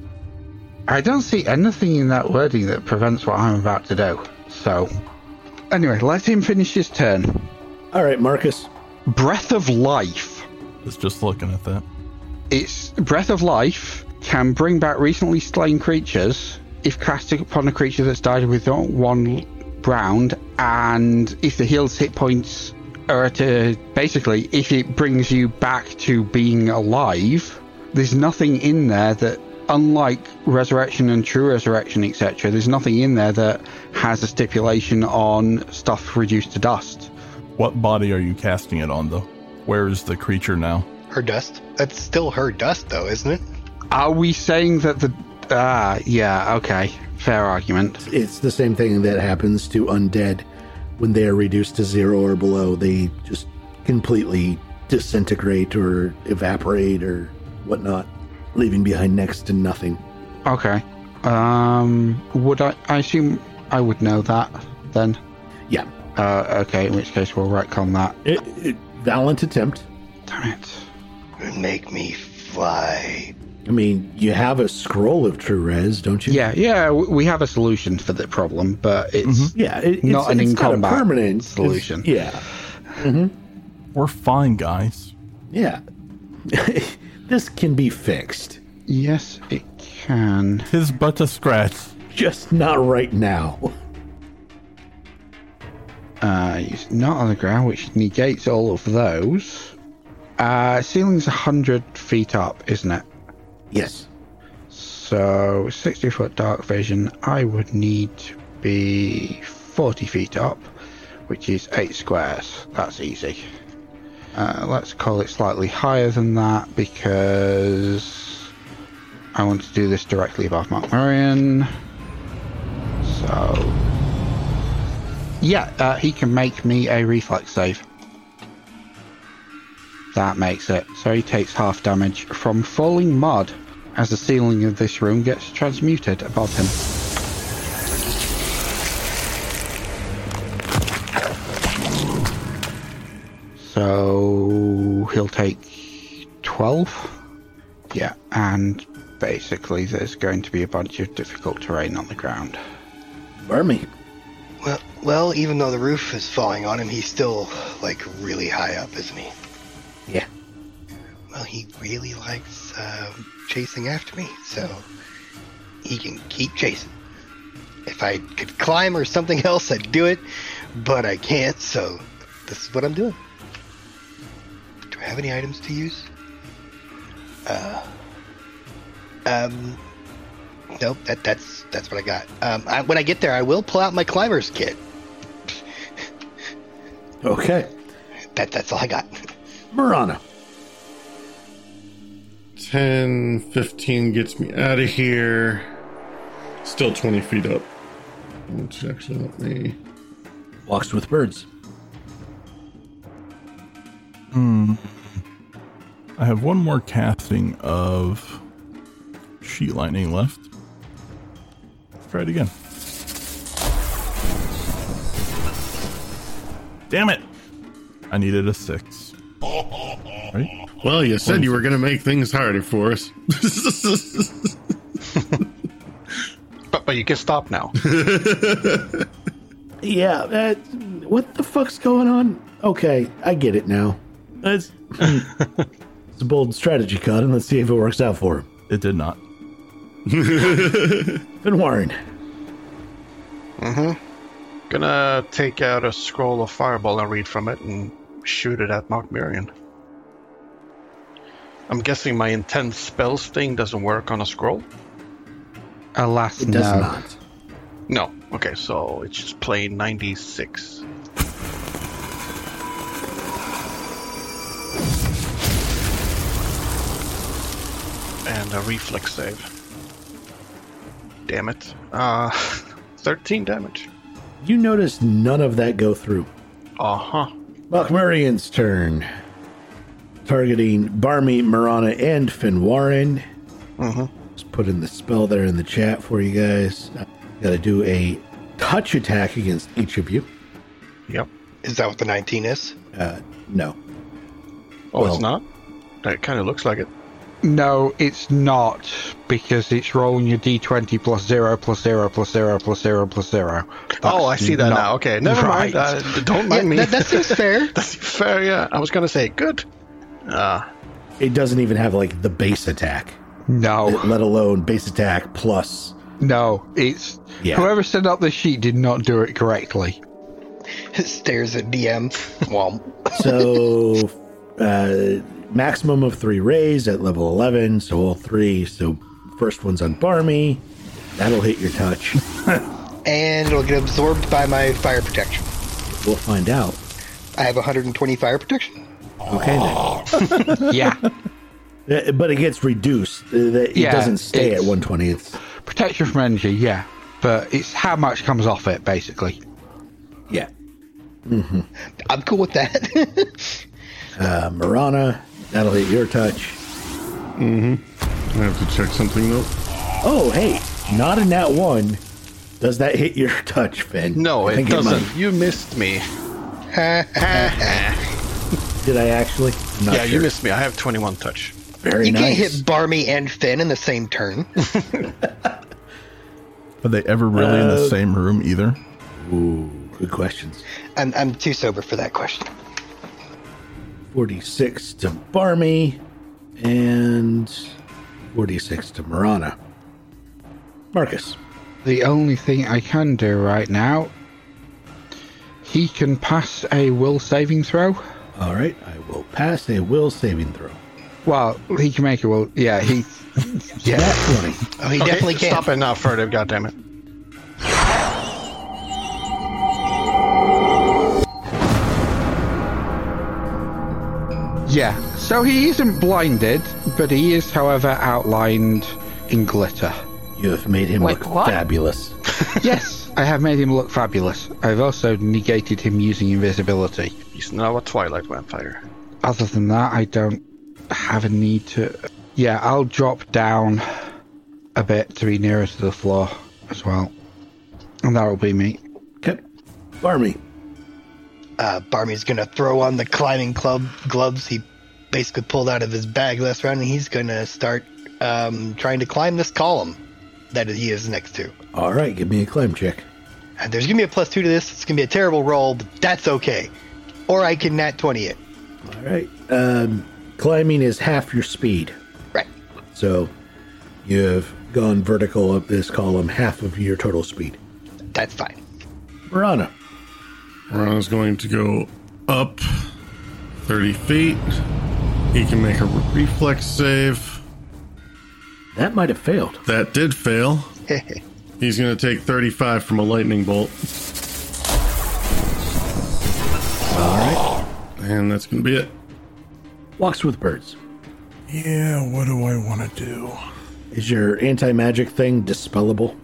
B: I don't see anything in that wording that prevents what I'm about to do. So, anyway, let him finish his turn.
A: all right, Marcus.
B: Breath of Life.
C: it's just looking at that.
B: It's Breath of Life can bring back recently slain creatures if cast upon a creature that's died within one round, and if the healed's hit points are at a, basically if it brings you back to being alive. There's nothing in there that, unlike resurrection and true resurrection, etc. There's nothing in there that has a stipulation on stuff reduced to dust.
C: What body are you casting it on, though? Where is the creature now?
E: Her dust. That's still her dust, though, isn't it?
B: Are we saying that the ah yeah okay fair argument.
A: It's the same thing that happens to undead when they are reduced to zero or below. They just completely disintegrate or evaporate or whatnot, leaving behind next to nothing.
B: Okay. Um, would I? I assume I would know that then.
A: Yeah,
B: Uh, okay. In which case, we'll retcon that.
A: it, it, valiant attempt.
B: Damn it.
E: Make me fly.
A: I mean, you have a scroll of true res, don't you?
B: Yeah, yeah. w- We have a solution for the problem, but it's
A: Mm-hmm. yeah. It, it's,
B: Not an
A: it's
B: in-combat
A: not a permanent it's-
B: solution.
A: Yeah,
C: We're fine, guys.
A: yeah. <laughs> this can be fixed,
B: yes, it can.
C: Tis but a scratch.
A: just not right now.
B: Uh, it's not on the ground, which negates all of those. Uh, ceiling's hundred feet up, isn't it?
A: Yes.
B: So sixty foot dark vision. I would need to be forty feet up, which is eight squares. That's easy. Uh, let's call it slightly higher than that because I want to do this directly above Mount Marion. So, yeah, uh, he can make me a reflex save. That makes it. So he takes half damage from falling mud as the ceiling of this room gets transmuted above him. So he'll take 12. Yeah, and basically there's going to be a bunch of difficult terrain on the ground.
A: Burn me.
E: Well, well, even though the roof is falling on him, he's still like really high up, isn't he?
A: Yeah.
E: Well, he um, really likes uh, chasing after me, so he can keep chasing. If I could climb or something <laughs> else, I'd do it, but I can't, so this is what I'm doing. Do I have any items to use? Uh, um, nope. That that's that's what I got. Um, I, when I get there, I will pull out my climber's kit.
A: Okay.
E: That that's all I got.
A: Murana.
G: 10, 15 gets me out of here. Still 20 feet up. Which actually let me.
A: Walks with birds.
C: I have one more casting of sheet lightning left. Let's try it again. Damn it! I needed a six. Right?
G: Well, you said you were going to make things harder for <laughs> us.
D: But, but you can stop now.
A: Yeah. That, what the fuck's going on? Okay, I get it now. That's it's a bold strategy, cut, and let's see if it works out for him.
C: It did not.
A: Been worrying.
D: Gonna take out a scroll of fireball and read from it and shoot it at Nokmirian. I'm guessing my intense spells thing doesn't work on a scroll?
B: Alas,
A: It does
B: no.
A: not.
D: No. Okay, so it's just plain 96. And a reflex save. Damn it. Uh, <laughs> 13 damage.
A: You notice none of that go through.
D: Uh huh.
A: Murian's turn. Targeting Barmy, Marana, and Finwarren. Just put in the spell there in the chat for you guys. Gotta do a touch attack against each of you.
D: Yep.
E: <laughs> Is that what the 19 is?
A: Uh, no.
D: Oh,
A: Well-
D: it's not? That kind of looks like it.
B: No, it's not because it's rolling your d20 plus zero plus zero plus zero plus zero plus zero.
D: oh, I
B: That's
D: see that
B: not
D: now. Okay, never mind.
B: right.
D: Uh, d- don't mind me.
E: that,
D: <laughs>
E: that seems fair.
D: That's fair, yeah. I was gonna say, good. Uh,
A: It doesn't even have like the base attack,
B: no,
A: let alone base attack plus.
B: no. It's
A: Yeah.
B: whoever set up the sheet did not do it correctly.
E: <laughs> Stares at DM. Well,
A: So, <laughs> uh, maximum of three rays at level 11. So, all three. So, first one's on Barmy. That'll hit your touch.
E: and it'll get absorbed by my fire protection.
A: We'll find out.
E: I have 120 fire protection.
A: Okay, then.
B: Yeah,
A: Uh, But it gets reduced. Uh, that- It
B: Yeah,
A: doesn't stay at
B: it's-
A: 120. It's
B: protection from energy. Yeah, but it's how much comes off it basically.
A: yeah.
E: I'm cool with that. <laughs>
A: Uh, Marana, that'll hit your touch.
G: I have to check something though.
A: Oh, hey, not in that one. Does that hit your <laughs> touch, Finn?
D: no,
A: I
D: it
A: think might.
D: doesn't. you missed me.
A: Did I actually? I'm not
D: yeah, you
A: sure.
D: missed me. I have 21 touch.
A: Very
E: you
A: nice.
E: can't hit Barmy and Finn in the same <laughs> turn.
C: Are they ever really in the
A: Uh,
C: same room either?
A: Ooh, good questions.
E: I'm, I'm too sober for that question.
A: 46 to Barmy and 46 to Marana. Marcus.
B: The only thing I can do right now, he can pass a will saving throw.
A: All right, I will pass a will saving throw.
B: Well, he can make a will. Yeah, he. <laughs> Yeah.
A: Nat 20.
E: Oh, he definitely can.
D: Stop it now, further, goddammit.
B: Yeah, so he isn't blinded, but he is, however, outlined in glitter.
A: You have made him
F: Wait,
A: look
F: what?
A: fabulous.
B: yes, I have made him look fabulous. I've also negated him using invisibility.
D: He's now a Twilight vampire.
B: Other than that, I don't have a need to. Yeah, I'll drop down a bit to be nearer to the floor as well. And that'll be me.
A: Okay. Barmy.
E: Uh, Barmy's gonna throw on the climbing club gloves he basically pulled out of his bag last round, and he's gonna start um, trying to climb this column that he is next to.
A: All right, give me a climb check.
E: And there's gonna be a plus two to this. It's gonna be a terrible roll, but that's okay. Or I can nat twenty it.
A: All right. Um, climbing is half your speed.
E: Right.
A: So you've gone vertical up this column half of your total speed.
E: That's fine.
A: Rana.
G: Ron's going to go up 30 feet. He can make a reflex save.
A: That might have failed.
G: That did fail. He's going to take 35 from a lightning bolt. All right. And that's going to be it.
A: Walks with birds.
C: Yeah, what do I want to do?
A: Is your anti magic thing dispellable?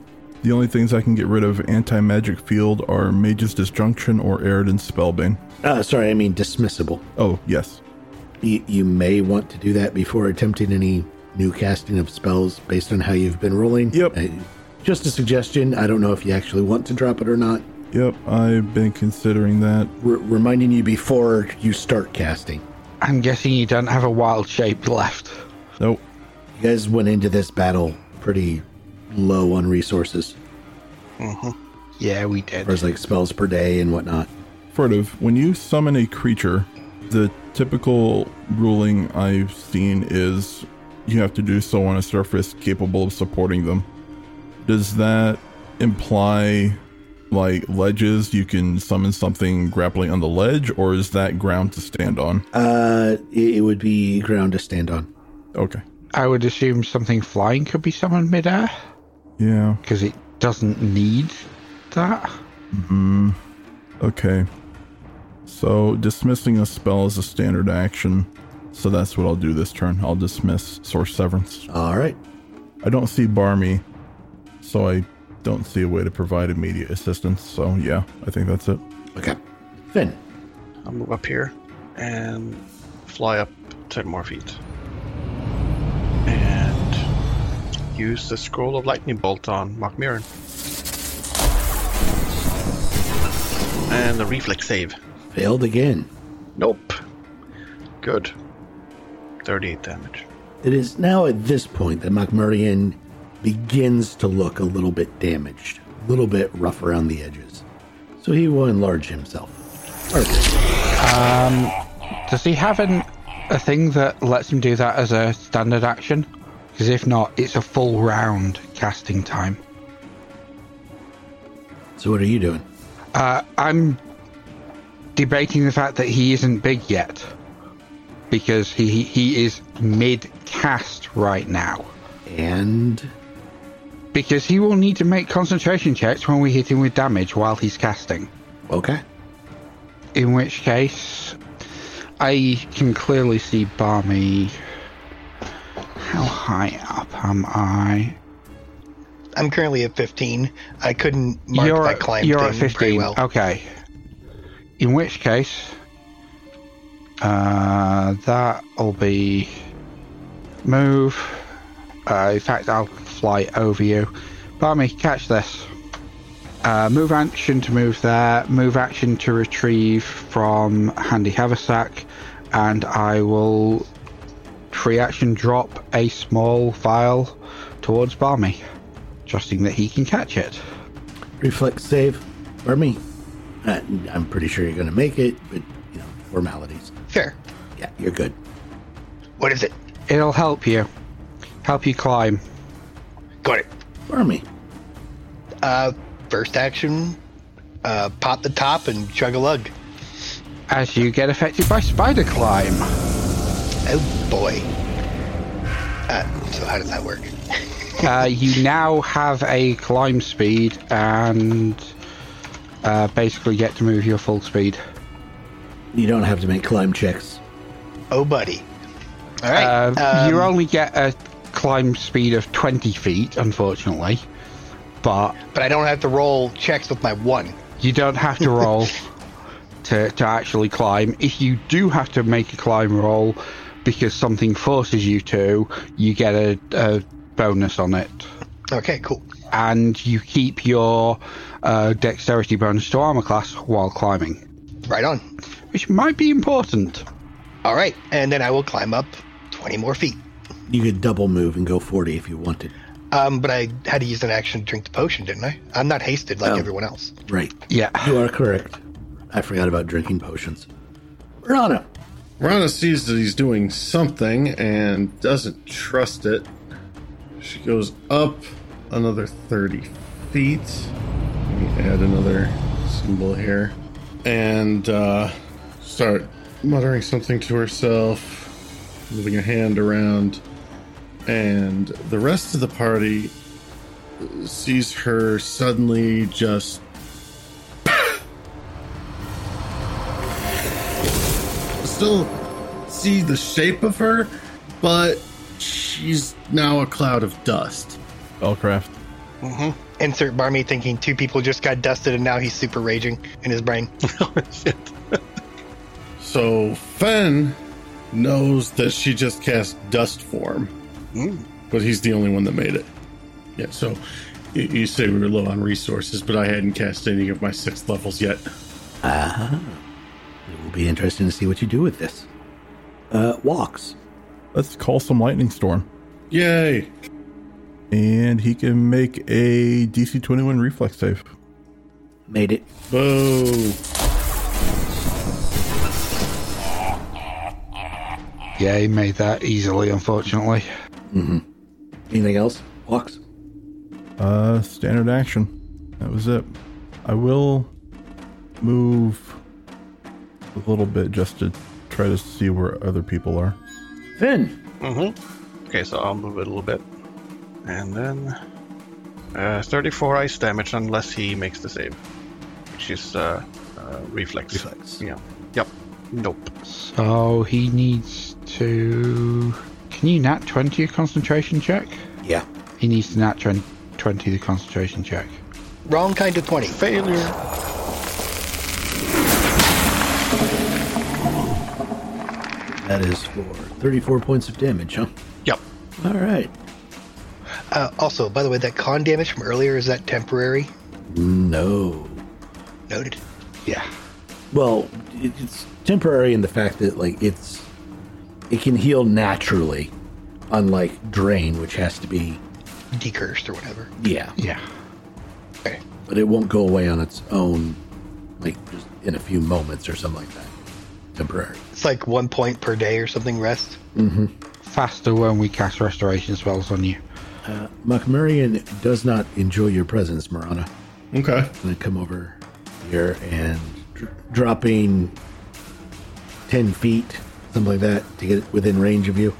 C: The only things I can get rid of anti magic field are Mage's Disjunction or Eridan's Spellbane.
A: Uh, sorry, I mean dismissible.
C: Oh, yes.
A: You, you may want to do that before attempting any new casting of spells based on how you've been rolling.
C: Yep.
A: Uh, just a suggestion. I don't know if you actually want to drop it or not.
C: Yep, I've been considering that.
A: R- reminding you before you start casting.
B: I'm guessing you don't have a wild shape left.
C: Nope.
A: You guys went into this battle pretty low on resources,
B: Yeah, we
A: as far
B: did.
A: as like spells per day and whatnot.
C: Furtive, when you summon a creature, the typical ruling I've seen is you have to do so on a surface capable of supporting them. Does that imply like ledges you can summon something grappling on the ledge or is that ground to stand on?
A: Uh, it, it would be ground to stand on.
C: Okay.
B: I would assume something flying could be summoned midair
C: Yeah.
B: because it doesn't need that.
C: Okay. So dismissing a spell is a standard action. So that's what I'll do this turn. I'll dismiss Source Severance.
A: All right.
C: I don't see Barmy, so I don't see a way to provide immediate assistance. So yeah, I think that's it.
A: Okay. Finn.
D: I'll move up here and fly up 10 more feet. And use the scroll of lightning bolt on Mockmiran. And the reflex save.
A: Failed again.
D: Nope. Good. 38 damage. <laughs>
A: It is now at this point that MacMurrian begins to look a little bit damaged, a little bit rough around the edges. So he will enlarge himself. Arthur.
B: Does he have an, a thing that lets him do that as a standard action? Because if not, it's a full round casting time.
A: So what are you doing?
B: Uh, I'm debating the fact that he isn't big yet because he he- he is mid cast right now.
A: And
B: Because he will need to make concentration checks when we hit him with damage while he's casting.
A: okay.
B: In which case, I can clearly see Barmy. How high up am I?
E: I'm currently at 15. I couldn't mark
B: you're
E: that climb
B: you're
E: thing
B: at 15.
E: pretty well.
B: Okay. In which case, uh, that'll be move. Uh, in fact, I'll fly over you. Barmy, catch this. Uh, move action to move there. Move action to retrieve from handy haversack, and I will free action drop a small vial towards Barmy, trusting that he can catch it.
A: Reflex save for me. Uh, I'm pretty sure you're going to make it, but you know, formalities.
E: Fair.
A: Yeah, you're good.
E: What is it?
B: It'll help you. Help you climb.
E: Got it.
A: Army.
E: Uh, first action, uh, pop the top and chug a lug.
B: As you get affected by spider climb.
E: Oh boy. Uh, so how does that work?
B: Uh, you now have a climb speed and uh, basically get to move your full speed.
A: You don't have to make climb checks.
E: Oh buddy. All right.
B: Uh, you
E: um,
B: only get a climb speed of 20 feet, unfortunately. But
E: but I don't have to roll checks with my one.
B: you don't have to
E: <laughs>
B: roll to, to actually climb. If you do have to make a climb roll because something forces you to, you get a, a bonus on it.
E: Okay, cool.
B: and you keep your uh, dexterity bonus to armor class while climbing,
E: Right on.
B: which might be important.
E: All right, and then I will climb up 20 more feet.
A: You could double move and go 40 if you wanted.
E: Um, but I had to use an action to drink the potion, didn't I? I'm not hasted like everyone else.
A: Right.
B: Yeah.
A: You are correct. I forgot about drinking potions. Rana.
G: Rana sees that he's doing something and doesn't trust it. She goes up another 30 feet me add another symbol here. And uh, start muttering something to herself, moving a hand around. And the rest of the party sees her suddenly just still see the shape of her, but she's now a cloud of dust.
C: Spellcraft.
E: Insert Barmy thinking two people just got dusted and now he's super raging in his brain.
D: Oh,
G: So Fen knows that she just cast dust form, but he's the only one that made it. Yeah, so y- you say we were low on resources, but I hadn't cast any of my sixth levels yet.
A: It will be interesting to see what you do with this.
H: Uh, walks.
C: Let's call some lightning storm.
G: Yay!
C: And he can make a DC 21 reflex save.
H: Made it.
G: Boo!
B: Yeah, he made that easily, unfortunately.
H: Anything else? Walks.
C: Uh, standard action. That was it. I will move a little bit just to try to see where other people are.
H: Finn.
D: Okay, so I'll move it a little bit. And then uh, 34 ice damage unless he makes the save, which is uh, uh, reflex.
H: Reflex.
D: Yeah. Yep. Nope.
B: So he needs to. Can you nat 20 a concentration check?
H: Yeah.
B: He needs to nat 20 20 the concentration check.
E: Wrong kind of 20. Failure.
A: That is for
H: 34 points of damage, huh?
D: Yep.
H: All right.
E: Uh, also, by the way, that con damage from earlier, is that temporary?
H: No.
E: Noted.
B: Yeah.
H: Well, it- it's temporary in the fact that, like, it's. It can heal naturally, unlike Drain, which has to be.
E: Decursed or whatever.
H: Yeah.
B: Yeah.
E: Okay.
H: But it won't go away on its own, like, just in a few moments or something like that. Temporary.
E: It's like one point per day or something rest.
B: Faster when we cast restoration spells on you.
A: Machmurian does not enjoy your presence, Marana.
G: Okay.
A: I'm gonna come over here and dr- dropping 10 feet, something like that, to get within range of you.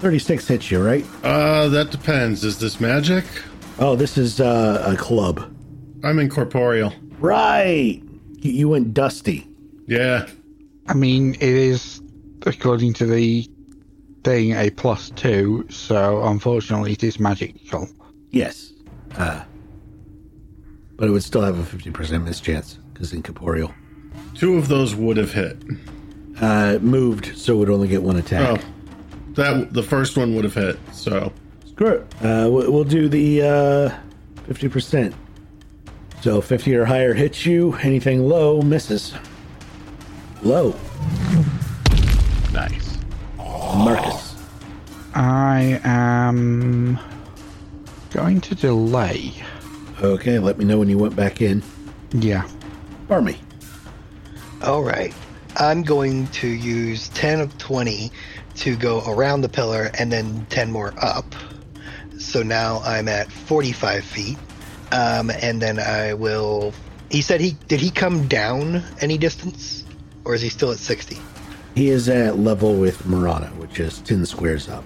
A: 36 hits you, right?
G: Uh, that depends. Is this magic?
A: Oh, this is uh, a club.
G: I'm incorporeal.
A: Right! You, you went dusty.
G: Yeah.
B: I mean, it is, according to the thing, a plus two, so unfortunately it is magical.
A: Yes. Uh, but it would still have a 50% mischance because incorporeal.
G: Two of those would have hit.
A: Uh, moved, so it would only get one
G: Oh.
A: attack.
G: That the first one would have hit, so
A: Screw it. Uh, we- we'll do the uh, 50%. So 50 or higher hits you, anything low misses. Low.
D: Nice.
A: Marcus.
B: I am going to delay.
A: Okay, let me know when you went back in.
B: Yeah.
A: Barmy.
E: All right. I'm going to use 10 of 20 to go around the pillar and then 10 more up. So now I'm at 45 feet. Um, and then I will. He said he. Did he come down any distance? Or is he still at 60?
A: He is at level with Murata, which is 10 squares up.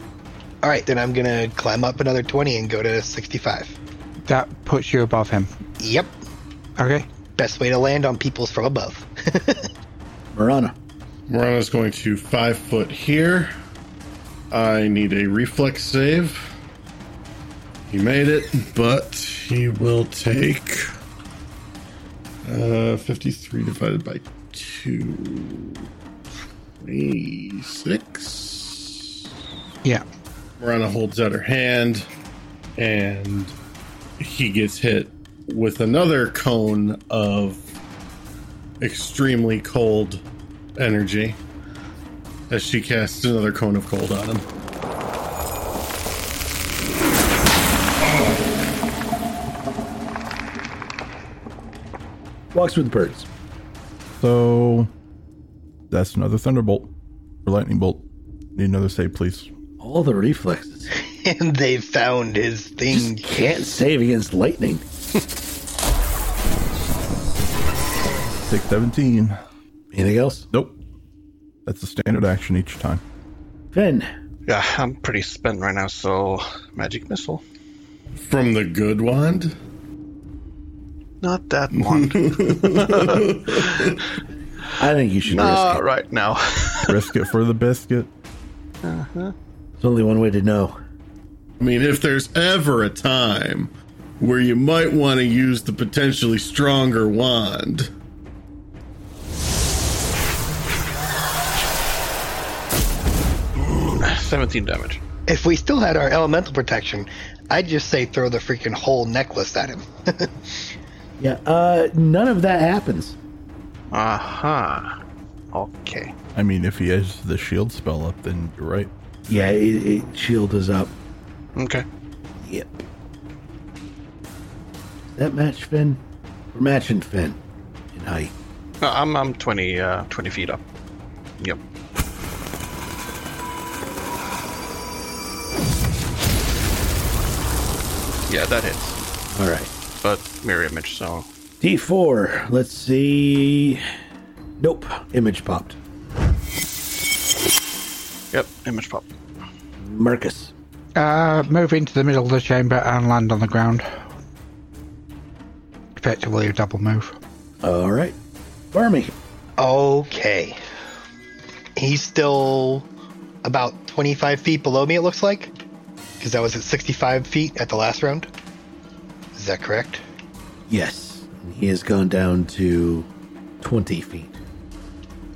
E: All right, then I'm going to climb up another 20 and go to 65.
B: That puts you above him.
E: Yep.
B: Okay.
E: Best way to land on people's from above. <laughs>
A: Murana.
G: Morana's going to five foot here. I need a reflex save. He made it, but he will take uh, 53 divided by 2. 26.
B: Yeah.
G: Morana holds out her hand, and he gets hit with another cone of extremely cold energy as she casts another cone of cold on him.
A: Walks with birds.
C: So that's another thunderbolt or lightning bolt. Need another save, please.
A: All the reflexes.
E: and
A: <laughs>
E: they found his thing.
A: Can't save against lightning.
C: Take 17.
A: Anything else?
C: Nope. That's a standard action each time.
A: Finn.
D: Yeah, I'm pretty spent right now, so magic missile.
G: From the good wand?
D: Not that one.
A: I think you should risk
D: Not
A: it.
D: right now. <laughs>
C: Risk it for the biscuit.
A: There's only one way to know.
G: I mean, if there's ever a time where you might want to use the potentially stronger wand.
D: Seventeen damage.
E: If we still had our elemental protection, I'd just say throw the freaking whole necklace at him. <laughs>
A: Yeah, uh, none of that happens.
D: Aha. Okay.
C: I mean, if he has the shield spell up, then you're right.
A: Yeah, it, it shield is up.
D: Okay.
A: Yep. That match Finn? We're matching Finn in height.
D: No, I'm I'm 20, uh, 20 feet up. Yep. Yeah, that hits.
A: All right.
D: But mirror image, so
A: D4. Let's see. Nope. Image popped.
D: yep, image pop.
A: Marcus.
B: Uh, move into the middle of the chamber and land on the ground. Effectively a double move.
A: All right. Barmy.
E: okay. He's still about 25 feet below me, it looks like. Because I was at 65 feet at the last round. Is that correct?
A: Yes. He has gone down to 20 feet.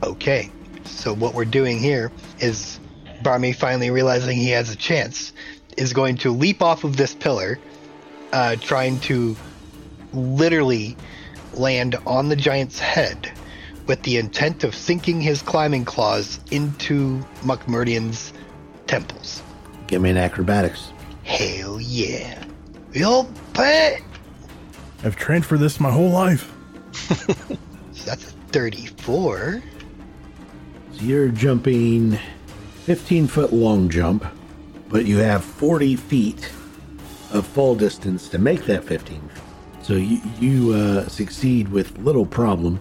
E: Okay, so what we're doing here is Barmy finally realizing he has a chance is going to leap off of this pillar, uh, trying to literally land on the giant's head with the intent of sinking his climbing claws into Muckmurdian's temples.
A: Give me an acrobatics.
E: Hell yeah. You'll pay!
C: I've trained for this my whole life.
E: So that's a 34.
A: So you're jumping 15 foot long jump, but you have 40 feet of full distance to make that 15. So you, you uh, succeed with little problem.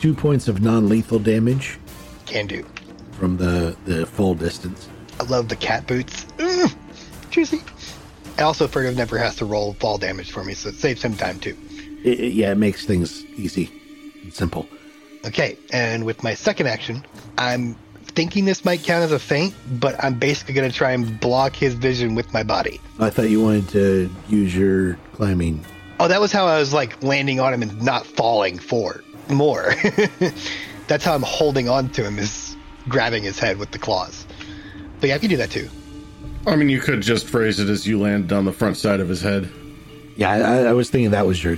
A: Two points of non lethal damage
E: Can do.
A: from the, the full distance.
E: I love the cat boots. Mm, juicy. And Also, Furtive never has to roll fall damage for me, so it saves him time too.
A: It, it- yeah, it makes things easy and simple.
E: Okay, and with my second action, I'm thinking this might count as a feint, but I'm basically going to try and block his vision with my body.
A: I thought you wanted to use your climbing.
E: Oh, that was how I was like landing on him and not falling for more. <laughs> That's how I'm holding on to him is grabbing his head with the claws. But yeah, I can do that too.
G: I mean, you could just phrase it as you landed on the front side of his head.
A: Yeah, I, I- I was thinking that was your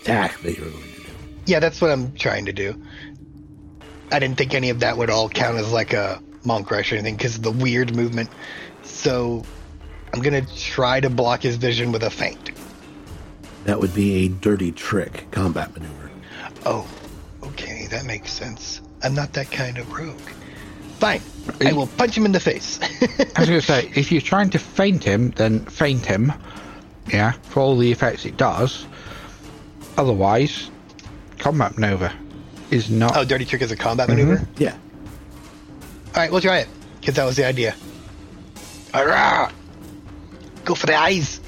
A: attack that you were going to do.
E: Yeah, that's what I'm trying to do. I didn't think any of that would all count as like a monk rush or anything because of the weird movement. So I'm gonna try to block his vision with a feint.
A: That would be a dirty trick combat maneuver.
E: Oh, okay, that makes sense. I'm not that kind of rogue. Fine, I will punch him in the face.
B: I was going to say, if you're trying to feint him, then feint him. Yeah, for all the effects it does. Otherwise, combat maneuver is not.
E: oh, dirty trick is a combat maneuver.
A: Yeah.
E: All right, we'll try it because that was the idea. Arrgh! Go for the eyes.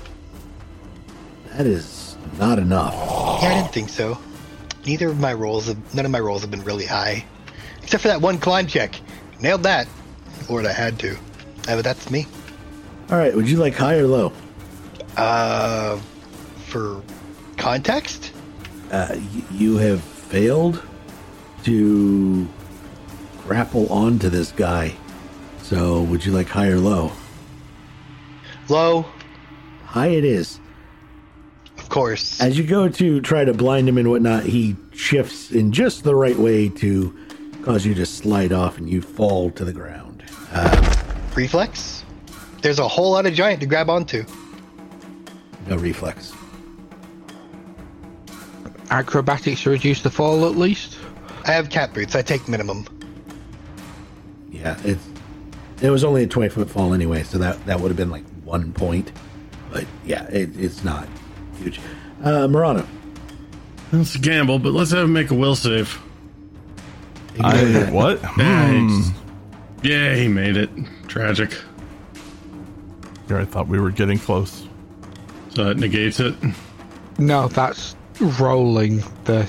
A: That is not enough.
E: Yeah, I didn't think so. Neither of my rolls, have, none of my rolls have been really high, except for that one climb check. Nailed that. Lord, I had to. Uh, but that's me.
A: All right, would you like high or low?
E: Uh, for context,
A: Uh, y- you have failed to grapple onto this guy. So, would you like high or low?
E: low,
A: High it is.
E: of course.
A: As you go to try to blind him and whatnot, he shifts in just the right way to cause you to slide off and you fall to the ground.
E: Reflex. There's a whole lot of giant to grab onto.
A: No reflex.
B: Acrobatics to reduce the fall at least.
E: I have cat boots. I take minimum.
A: Yeah, it's it was only a twenty foot fall anyway, so that that would have been like one point. But yeah, it, it's not huge. Uh, Murano,
G: That's a gamble, but let's have him make a will save.
C: I, what?
G: Yeah,
C: Hmm.
G: he just- yeah, he made it. Tragic.
C: Here, I thought we were getting close.
G: So it negates it.
B: No, that's rolling the.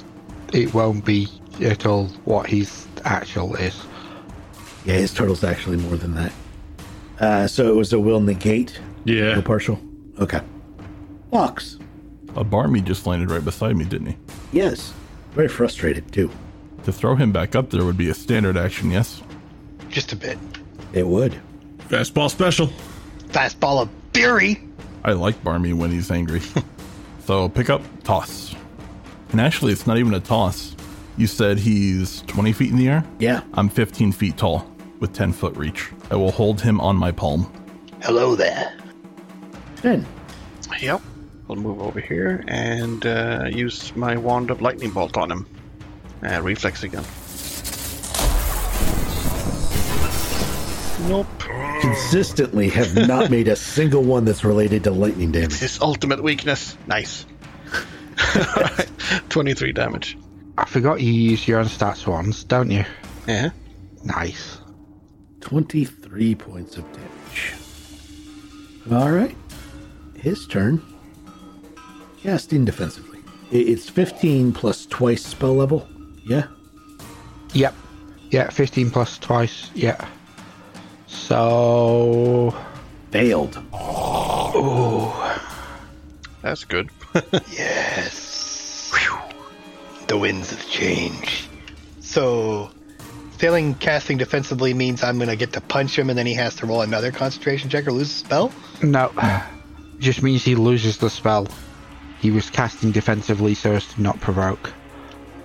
B: It won't be at all what his actual is.
A: Yeah, his turtle's actually more than that. Uh, so it was a will negate,
G: Yeah.
A: no partial. Okay. Fox.
C: A barmy just landed right beside me, didn't he?
A: Yes. Very frustrated too.
C: To throw him back up there would be a standard action, yes?
E: Just a bit.
A: It would.
G: Fastball special.
E: Fastball of fury.
C: I like Barmy when he's angry. <laughs> so pick up toss. And actually, it's not even a toss. You said he's 20 feet in the air?
A: Yeah.
C: I'm 15 feet tall with 10 foot reach. I will hold him on my palm.
E: Hello there.
A: Then
D: Yep. I'll move over here and uh, use my wand of lightning bolt on him. Uh, reflex again. Nope.
A: Oh. consistently have not made a single one that's related to lightning damage.
D: His ultimate weakness. Nice. <laughs> 23 damage.
B: I forgot you use your own stats once, don't you?
D: Yeah.
B: Nice.
A: Twenty-three points of damage. All right. His turn. Casting defensively. I- It's fifteen plus twice spell level. Yeah.
B: Yep. Yeah, 15 plus twice. Yeah. So.
A: Failed.
D: That's good.
E: Yes. The winds of change. So, failing casting defensively means I'm going to get to punch him and then he has to roll another concentration check or lose a spell?
B: No. Just means he loses the spell. He was casting defensively so as to not provoke.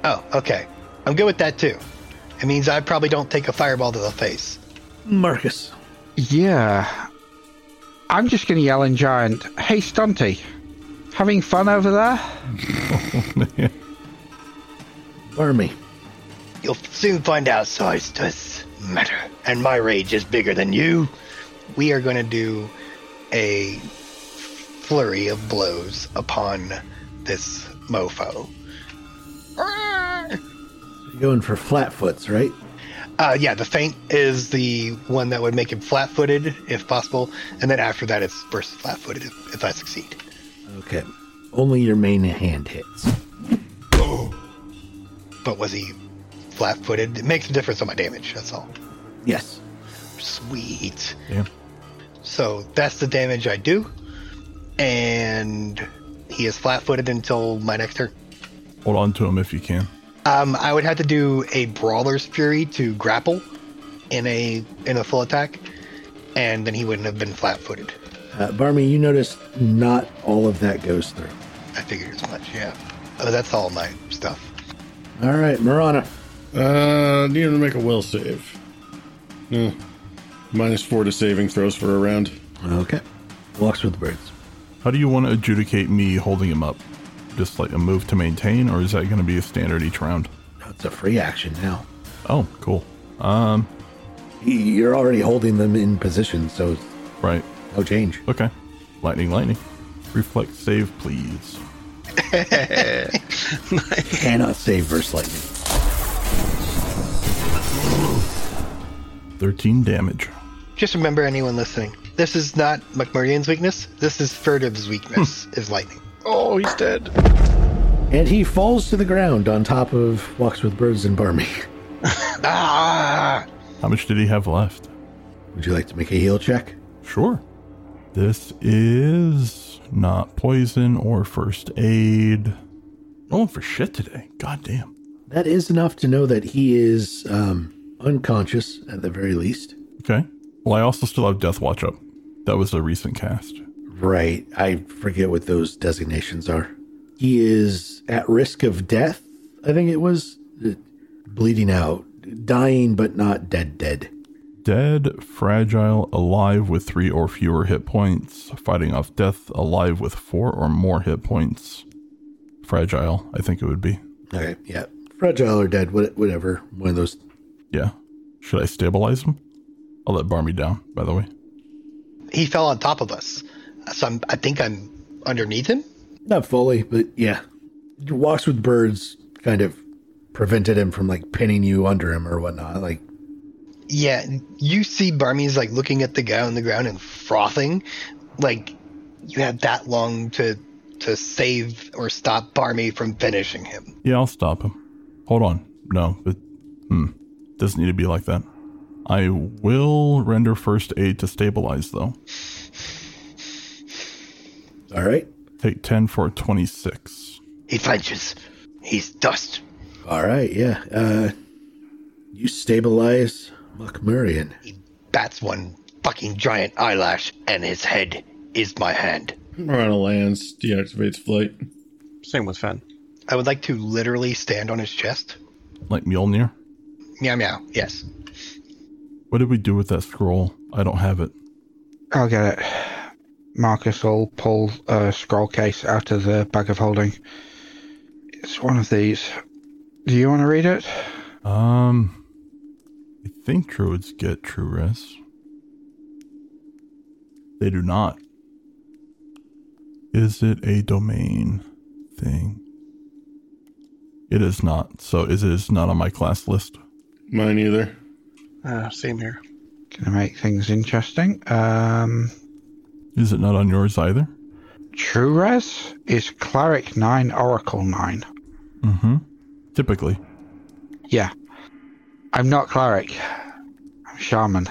E: Oh, okay. I'm good with that too. It means I probably don't take a fireball to the face.
A: Marcus.
B: Yeah. I'm just going to yell in giant, Hey, Stunty! Having fun over there?
A: Army.
E: You'll soon find out size does matter. And my rage is bigger than you. We are going to do a flurry of blows upon this mofo.
A: You're going for flatfoots, right?
E: Uh, yeah, the feint is the one that would make him flat footed if possible. And then after that, it's burst flat footed if, if I succeed.
A: Okay. Only your main hand hits.
E: But was he flat footed? It makes a difference on my damage, that's all.
A: Yes.
E: Sweet.
C: Yeah.
E: So that's the damage I do. And he is flat footed until my next turn.
C: Hold on to him if you can.
E: Um, I would have to do a brawler's fury to grapple in a in a full attack, and then he wouldn't have been flat footed.
A: Uh, Barmy, you notice not all of that goes through.
E: I figured as much, yeah. Oh, that's all my stuff.
A: All right, Marana.
G: Uh, need him to make a will save. No. Minus four to saving throws for a round.
A: Okay. Walks with the birds.
C: How do you want to adjudicate me holding him up? Just like a move to maintain, or is that going to be a standard each round?
A: That's a free action now.
C: Oh, cool.
A: Y- You're already holding them in position, so
C: Right.
A: no change.
C: Okay. Lightning, lightning. Reflect save, please.
A: Cannot save versus lightning.
C: 13 damage.
E: Just remember, anyone listening, this is not McMurrian's weakness. This is Furtive's weakness, is lightning.
D: Oh, he's dead.
A: And he falls to the ground on top of Walks with Birds and Barmy. <laughs>
E: Ah!
C: How much did he have left?
A: Would you like to make a heal check?
C: Sure. This is not poison or first aid. Rolling for shit today. God damn.
A: That is enough to know that he is um, unconscious at the very least.
C: Okay. Well, I also still have Death Watch up. That was a recent cast.
A: Right. I forget what those designations are. He is at risk of death, I think it was. Uh, Bleeding out. Dying, but not dead, dead.
C: Dead, fragile, alive with three or fewer hit points, fighting off death, alive with four or more hit points. Fragile, I think it would be.
A: Okay, yeah. Fragile or dead, what- whatever. One of those.
C: Yeah. Should I stabilize him? I'll let Barmy down, by the way.
E: He fell on top of us. So I'm, I think I'm underneath him.
A: Not fully, but yeah. walks with birds kind of prevented him from like pinning you under him or whatnot. Like
E: Yeah, you see Barmy's like looking at the guy on the ground and frothing. Like you had that long to to save or stop Barmy from finishing him.
C: Yeah, I'll stop him. Hold on. No, it hmm, doesn't need to be like that. I will render first aid to stabilize, though.
A: all right,
C: Take 10 for 26.
E: He flinches. He's dust.
A: all right, yeah. Uh, you stabilize Muckmurian.
E: He bats one fucking giant eyelash and his head is my hand.
G: Marana lands, deactivates flight.
D: Same with Fen.
E: I would like to literally stand on his chest.
C: Like Mjolnir.
E: Meow meow. Yes.
C: What did we do with that scroll? I don't have it.
B: I'll get it. Marcus will pull a scroll case out of the bag of holding. It's one of these. Do you want to read it?
C: Um, I think druids get true rest. They do not. Is it a domain thing? It is not. So is it is not on my class list.
G: Mine either.
D: Uh, same here.
B: Gonna make things interesting. Um,
C: Is it not on yours either?
B: True Res is Cleric 9, Oracle 9.
C: Mm-hmm. Typically.
B: Yeah. I'm not Cleric. I'm Shaman.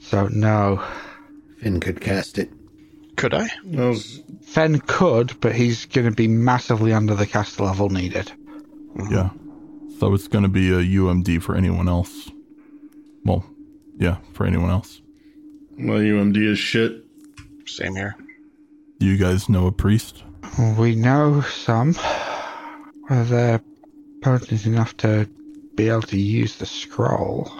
B: So, no.
A: Finn could cast it.
D: Could I?
G: I was
B: Fen could, but he's gonna be massively under the cast level needed.
C: Yeah. So it's going to be a UMD for anyone else. Well, yeah, for anyone else.
G: my UMD is shit.
D: Same here.
C: Do you guys know a priest?
B: We know some. Whether they're potent enough to be able to use the scroll.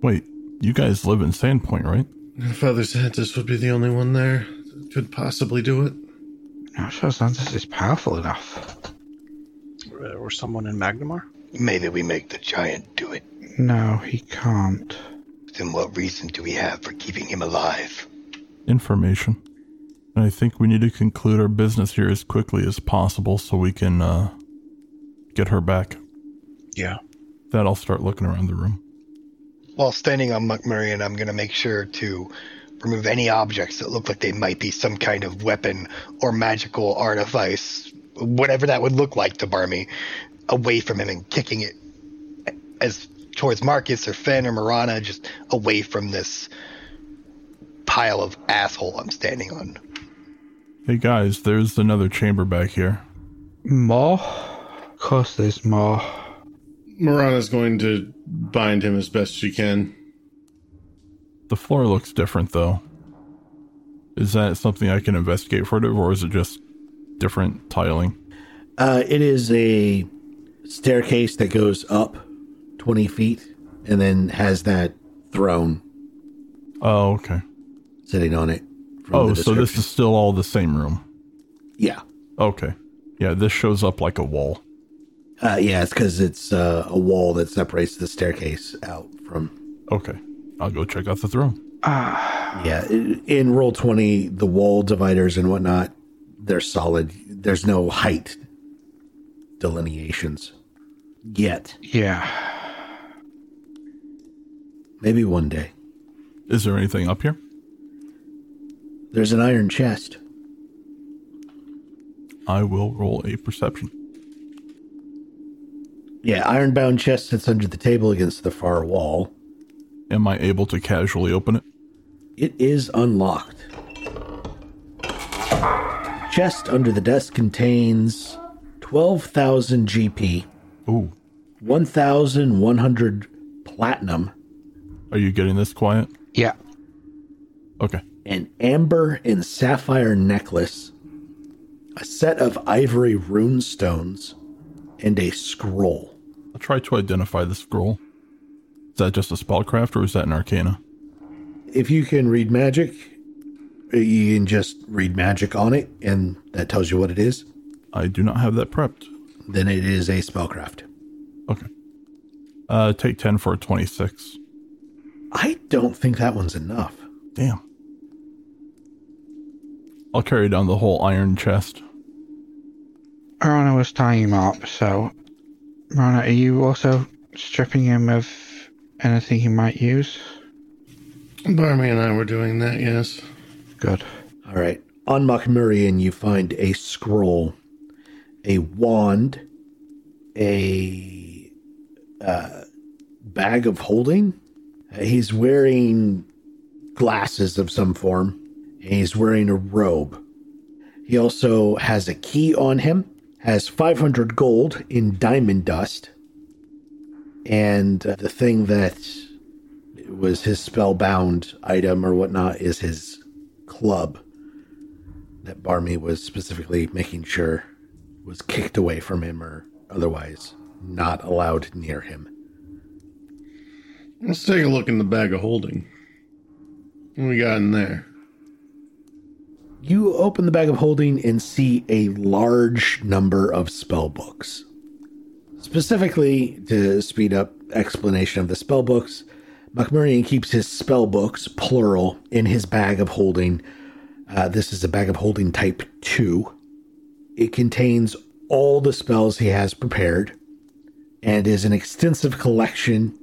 C: Wait, you guys live in Sandpoint, right?
G: Father said this would be the only one there that could possibly do it.
B: Not sure Xanthus is powerful enough.
D: Uh, or someone in Magnamar?
E: Maybe we make the giant do it.
B: No, he can't.
E: Then what reason do we have for keeping him alive?
C: information. And I think we need to conclude our business here as quickly as possible so we can uh, get her back.
D: Yeah.
C: That I'll start looking around the room.
E: While standing on McMurray, I'm going to make sure to remove any objects that look like they might be some kind of weapon or magical artifice, whatever that would look like to Barmy, away from him and kicking it as towards Marcus or Finn or Marana, just away from this pile of asshole I'm standing on.
C: Hey guys, there's another chamber back here.
B: More? Of course there's more.
G: Marana's going to bind him as best she can.
C: The floor looks different though. Is that something I can investigate further, or is it just different tiling?
A: Uh, it is a staircase that goes up 20 feet and then has that throne
C: Oh, okay.
A: sitting on it. From
C: Oh,
A: the
C: so this
A: description.
C: is still all the same room.
A: Yeah.
C: Okay. Yeah, this shows up like a wall.
A: Uh, yeah, it's because it's uh, a wall that separates the staircase out from.
C: Okay. I'll go check out the throne.
A: Yeah, i- in roll twenty, the wall dividers and whatnot, they're solid. There's no height delineations yet.
B: Yeah.
A: Maybe one day.
C: Is there anything up here?
A: There's an iron chest.
C: I will roll a perception.
A: Yeah, ironbound chest sits under the table against the far wall.
C: Am I able to casually open it?
A: It is unlocked. Chest under the desk contains 12,000 GP,
C: Ooh.
A: 1,100 platinum,
C: Are you getting this quiet?
B: Yeah.
C: Okay.
A: an amber and sapphire necklace, a set of ivory runestones, and a scroll.
C: I'll try to identify the scroll. Is that just a spellcraft or is that an arcana?
A: If you can read magic, you can just read magic on it, and that tells you what it is.
C: I do not have that prepped.
A: Then it is a spellcraft.
C: Okay. Uh take 10 for a 26.
A: I don't think that one's enough.
C: Damn. I'll carry down the whole iron chest.
B: Rana was tying him up, so. Rana, are you also stripping him of anything he might use?
G: Barmy and I were doing that, yes.
B: Good.
A: All right. On Machmurian, you find a scroll, a wand, a uh, bag of holding. Uh, He's wearing glasses of some form, and he's wearing a robe. He also has a key on him, has 500 gold in diamond dust, and uh, the thing that was his spellbound item or whatnot is his club that Barmy was specifically making sure was kicked away from him or otherwise not allowed near him.
G: Let's take a look in the bag of holding. What we got in there?
A: You open the bag of holding and see a large number of spell books. Specifically, to speed up explanation of the spell books, Macmurian keeps his spell books, plural, in his bag of holding. Uh, this is a bag of holding type 2. It contains all the spells he has prepared and is an extensive collection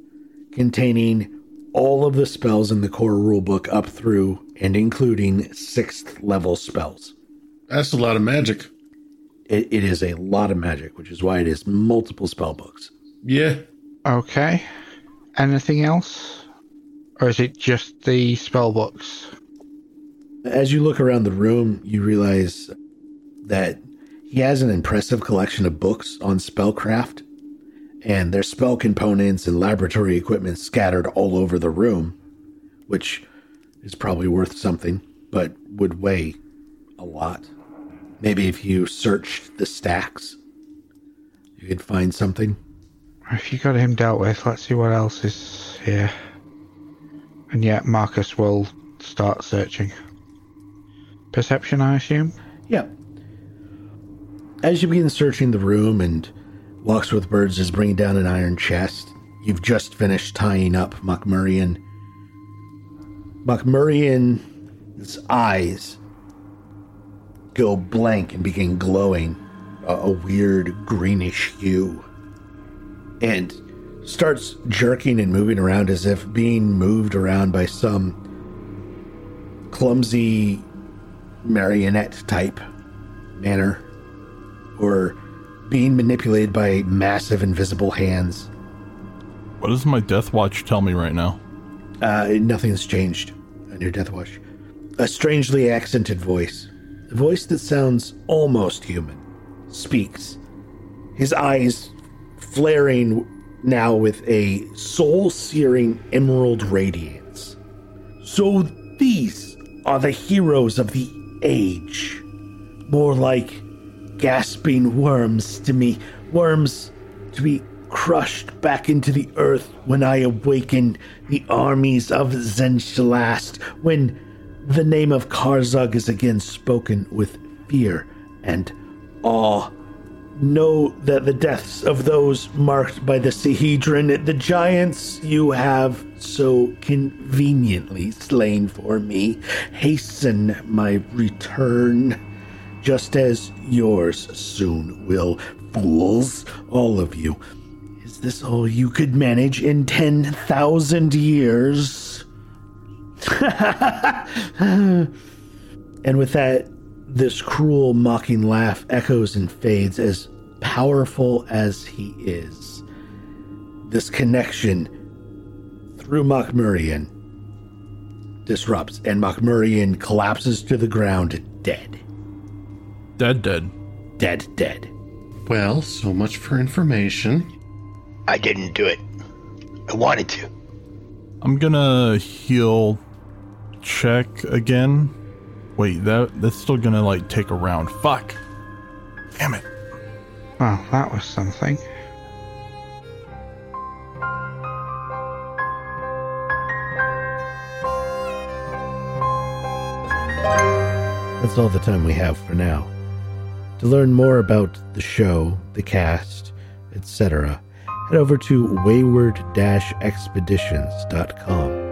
A: containing all of the spells in the core rulebook up through and including sixth level spells.
G: That's a lot of magic.
A: It, it is a lot of magic, which is why it is multiple spell books.
G: Yeah.
B: Okay. Anything else? Or is it just the spell books?
A: As you look around the room, you realize that he has an impressive collection of books on spellcraft, and their spell components and laboratory equipment scattered all over the room, which is probably worth something, but would weigh a lot. Maybe if you searched the stacks, you could find something.
B: If you got him dealt with, let's see what else is here. And yet, Marcus will start searching. Perception, I assume?
A: Yeah. As you begin searching the room and Walks with Birds is bringing down an iron chest, you've just finished tying up Macmurrian. Macmurrian's eyes go blank and begin glowing a, a weird greenish hue and starts jerking and moving around as if being moved around by some clumsy marionette type manner or being manipulated by massive invisible hands.
C: What does my Death Watch tell me right now?
A: Uh, nothing's changed on your death wish. A strangely accented voice, a voice that sounds almost human, speaks. His eyes flaring now with a soul searing emerald radiance. So these are the heroes of the age. More like gasping worms to me, worms to be crushed back into the earth when I awaken the armies of Zenshalast, when the name of Karzug is again spoken with fear and awe. Know that the deaths of those marked by the Sahedrin, the giants you have so conveniently slain for me, hasten my return just as yours soon will, fools, all of you. Is this all you could manage in 10,000 years? <laughs> and with that, this cruel, mocking laugh echoes and fades as powerful as he is. This connection through Machmurian disrupts, and Machmurian collapses to the ground dead
C: Dead, dead.
A: dead, dead.
G: Well, so much for information.
E: I didn't do it. I wanted to.
C: I'm gonna heal check again. Wait, that that's still gonna like take a round. Fuck. Damn it.
B: Well, that was something.
A: That's all the time we have for now. To learn more about the show, the cast, etc., head over to wayward-expeditions.com.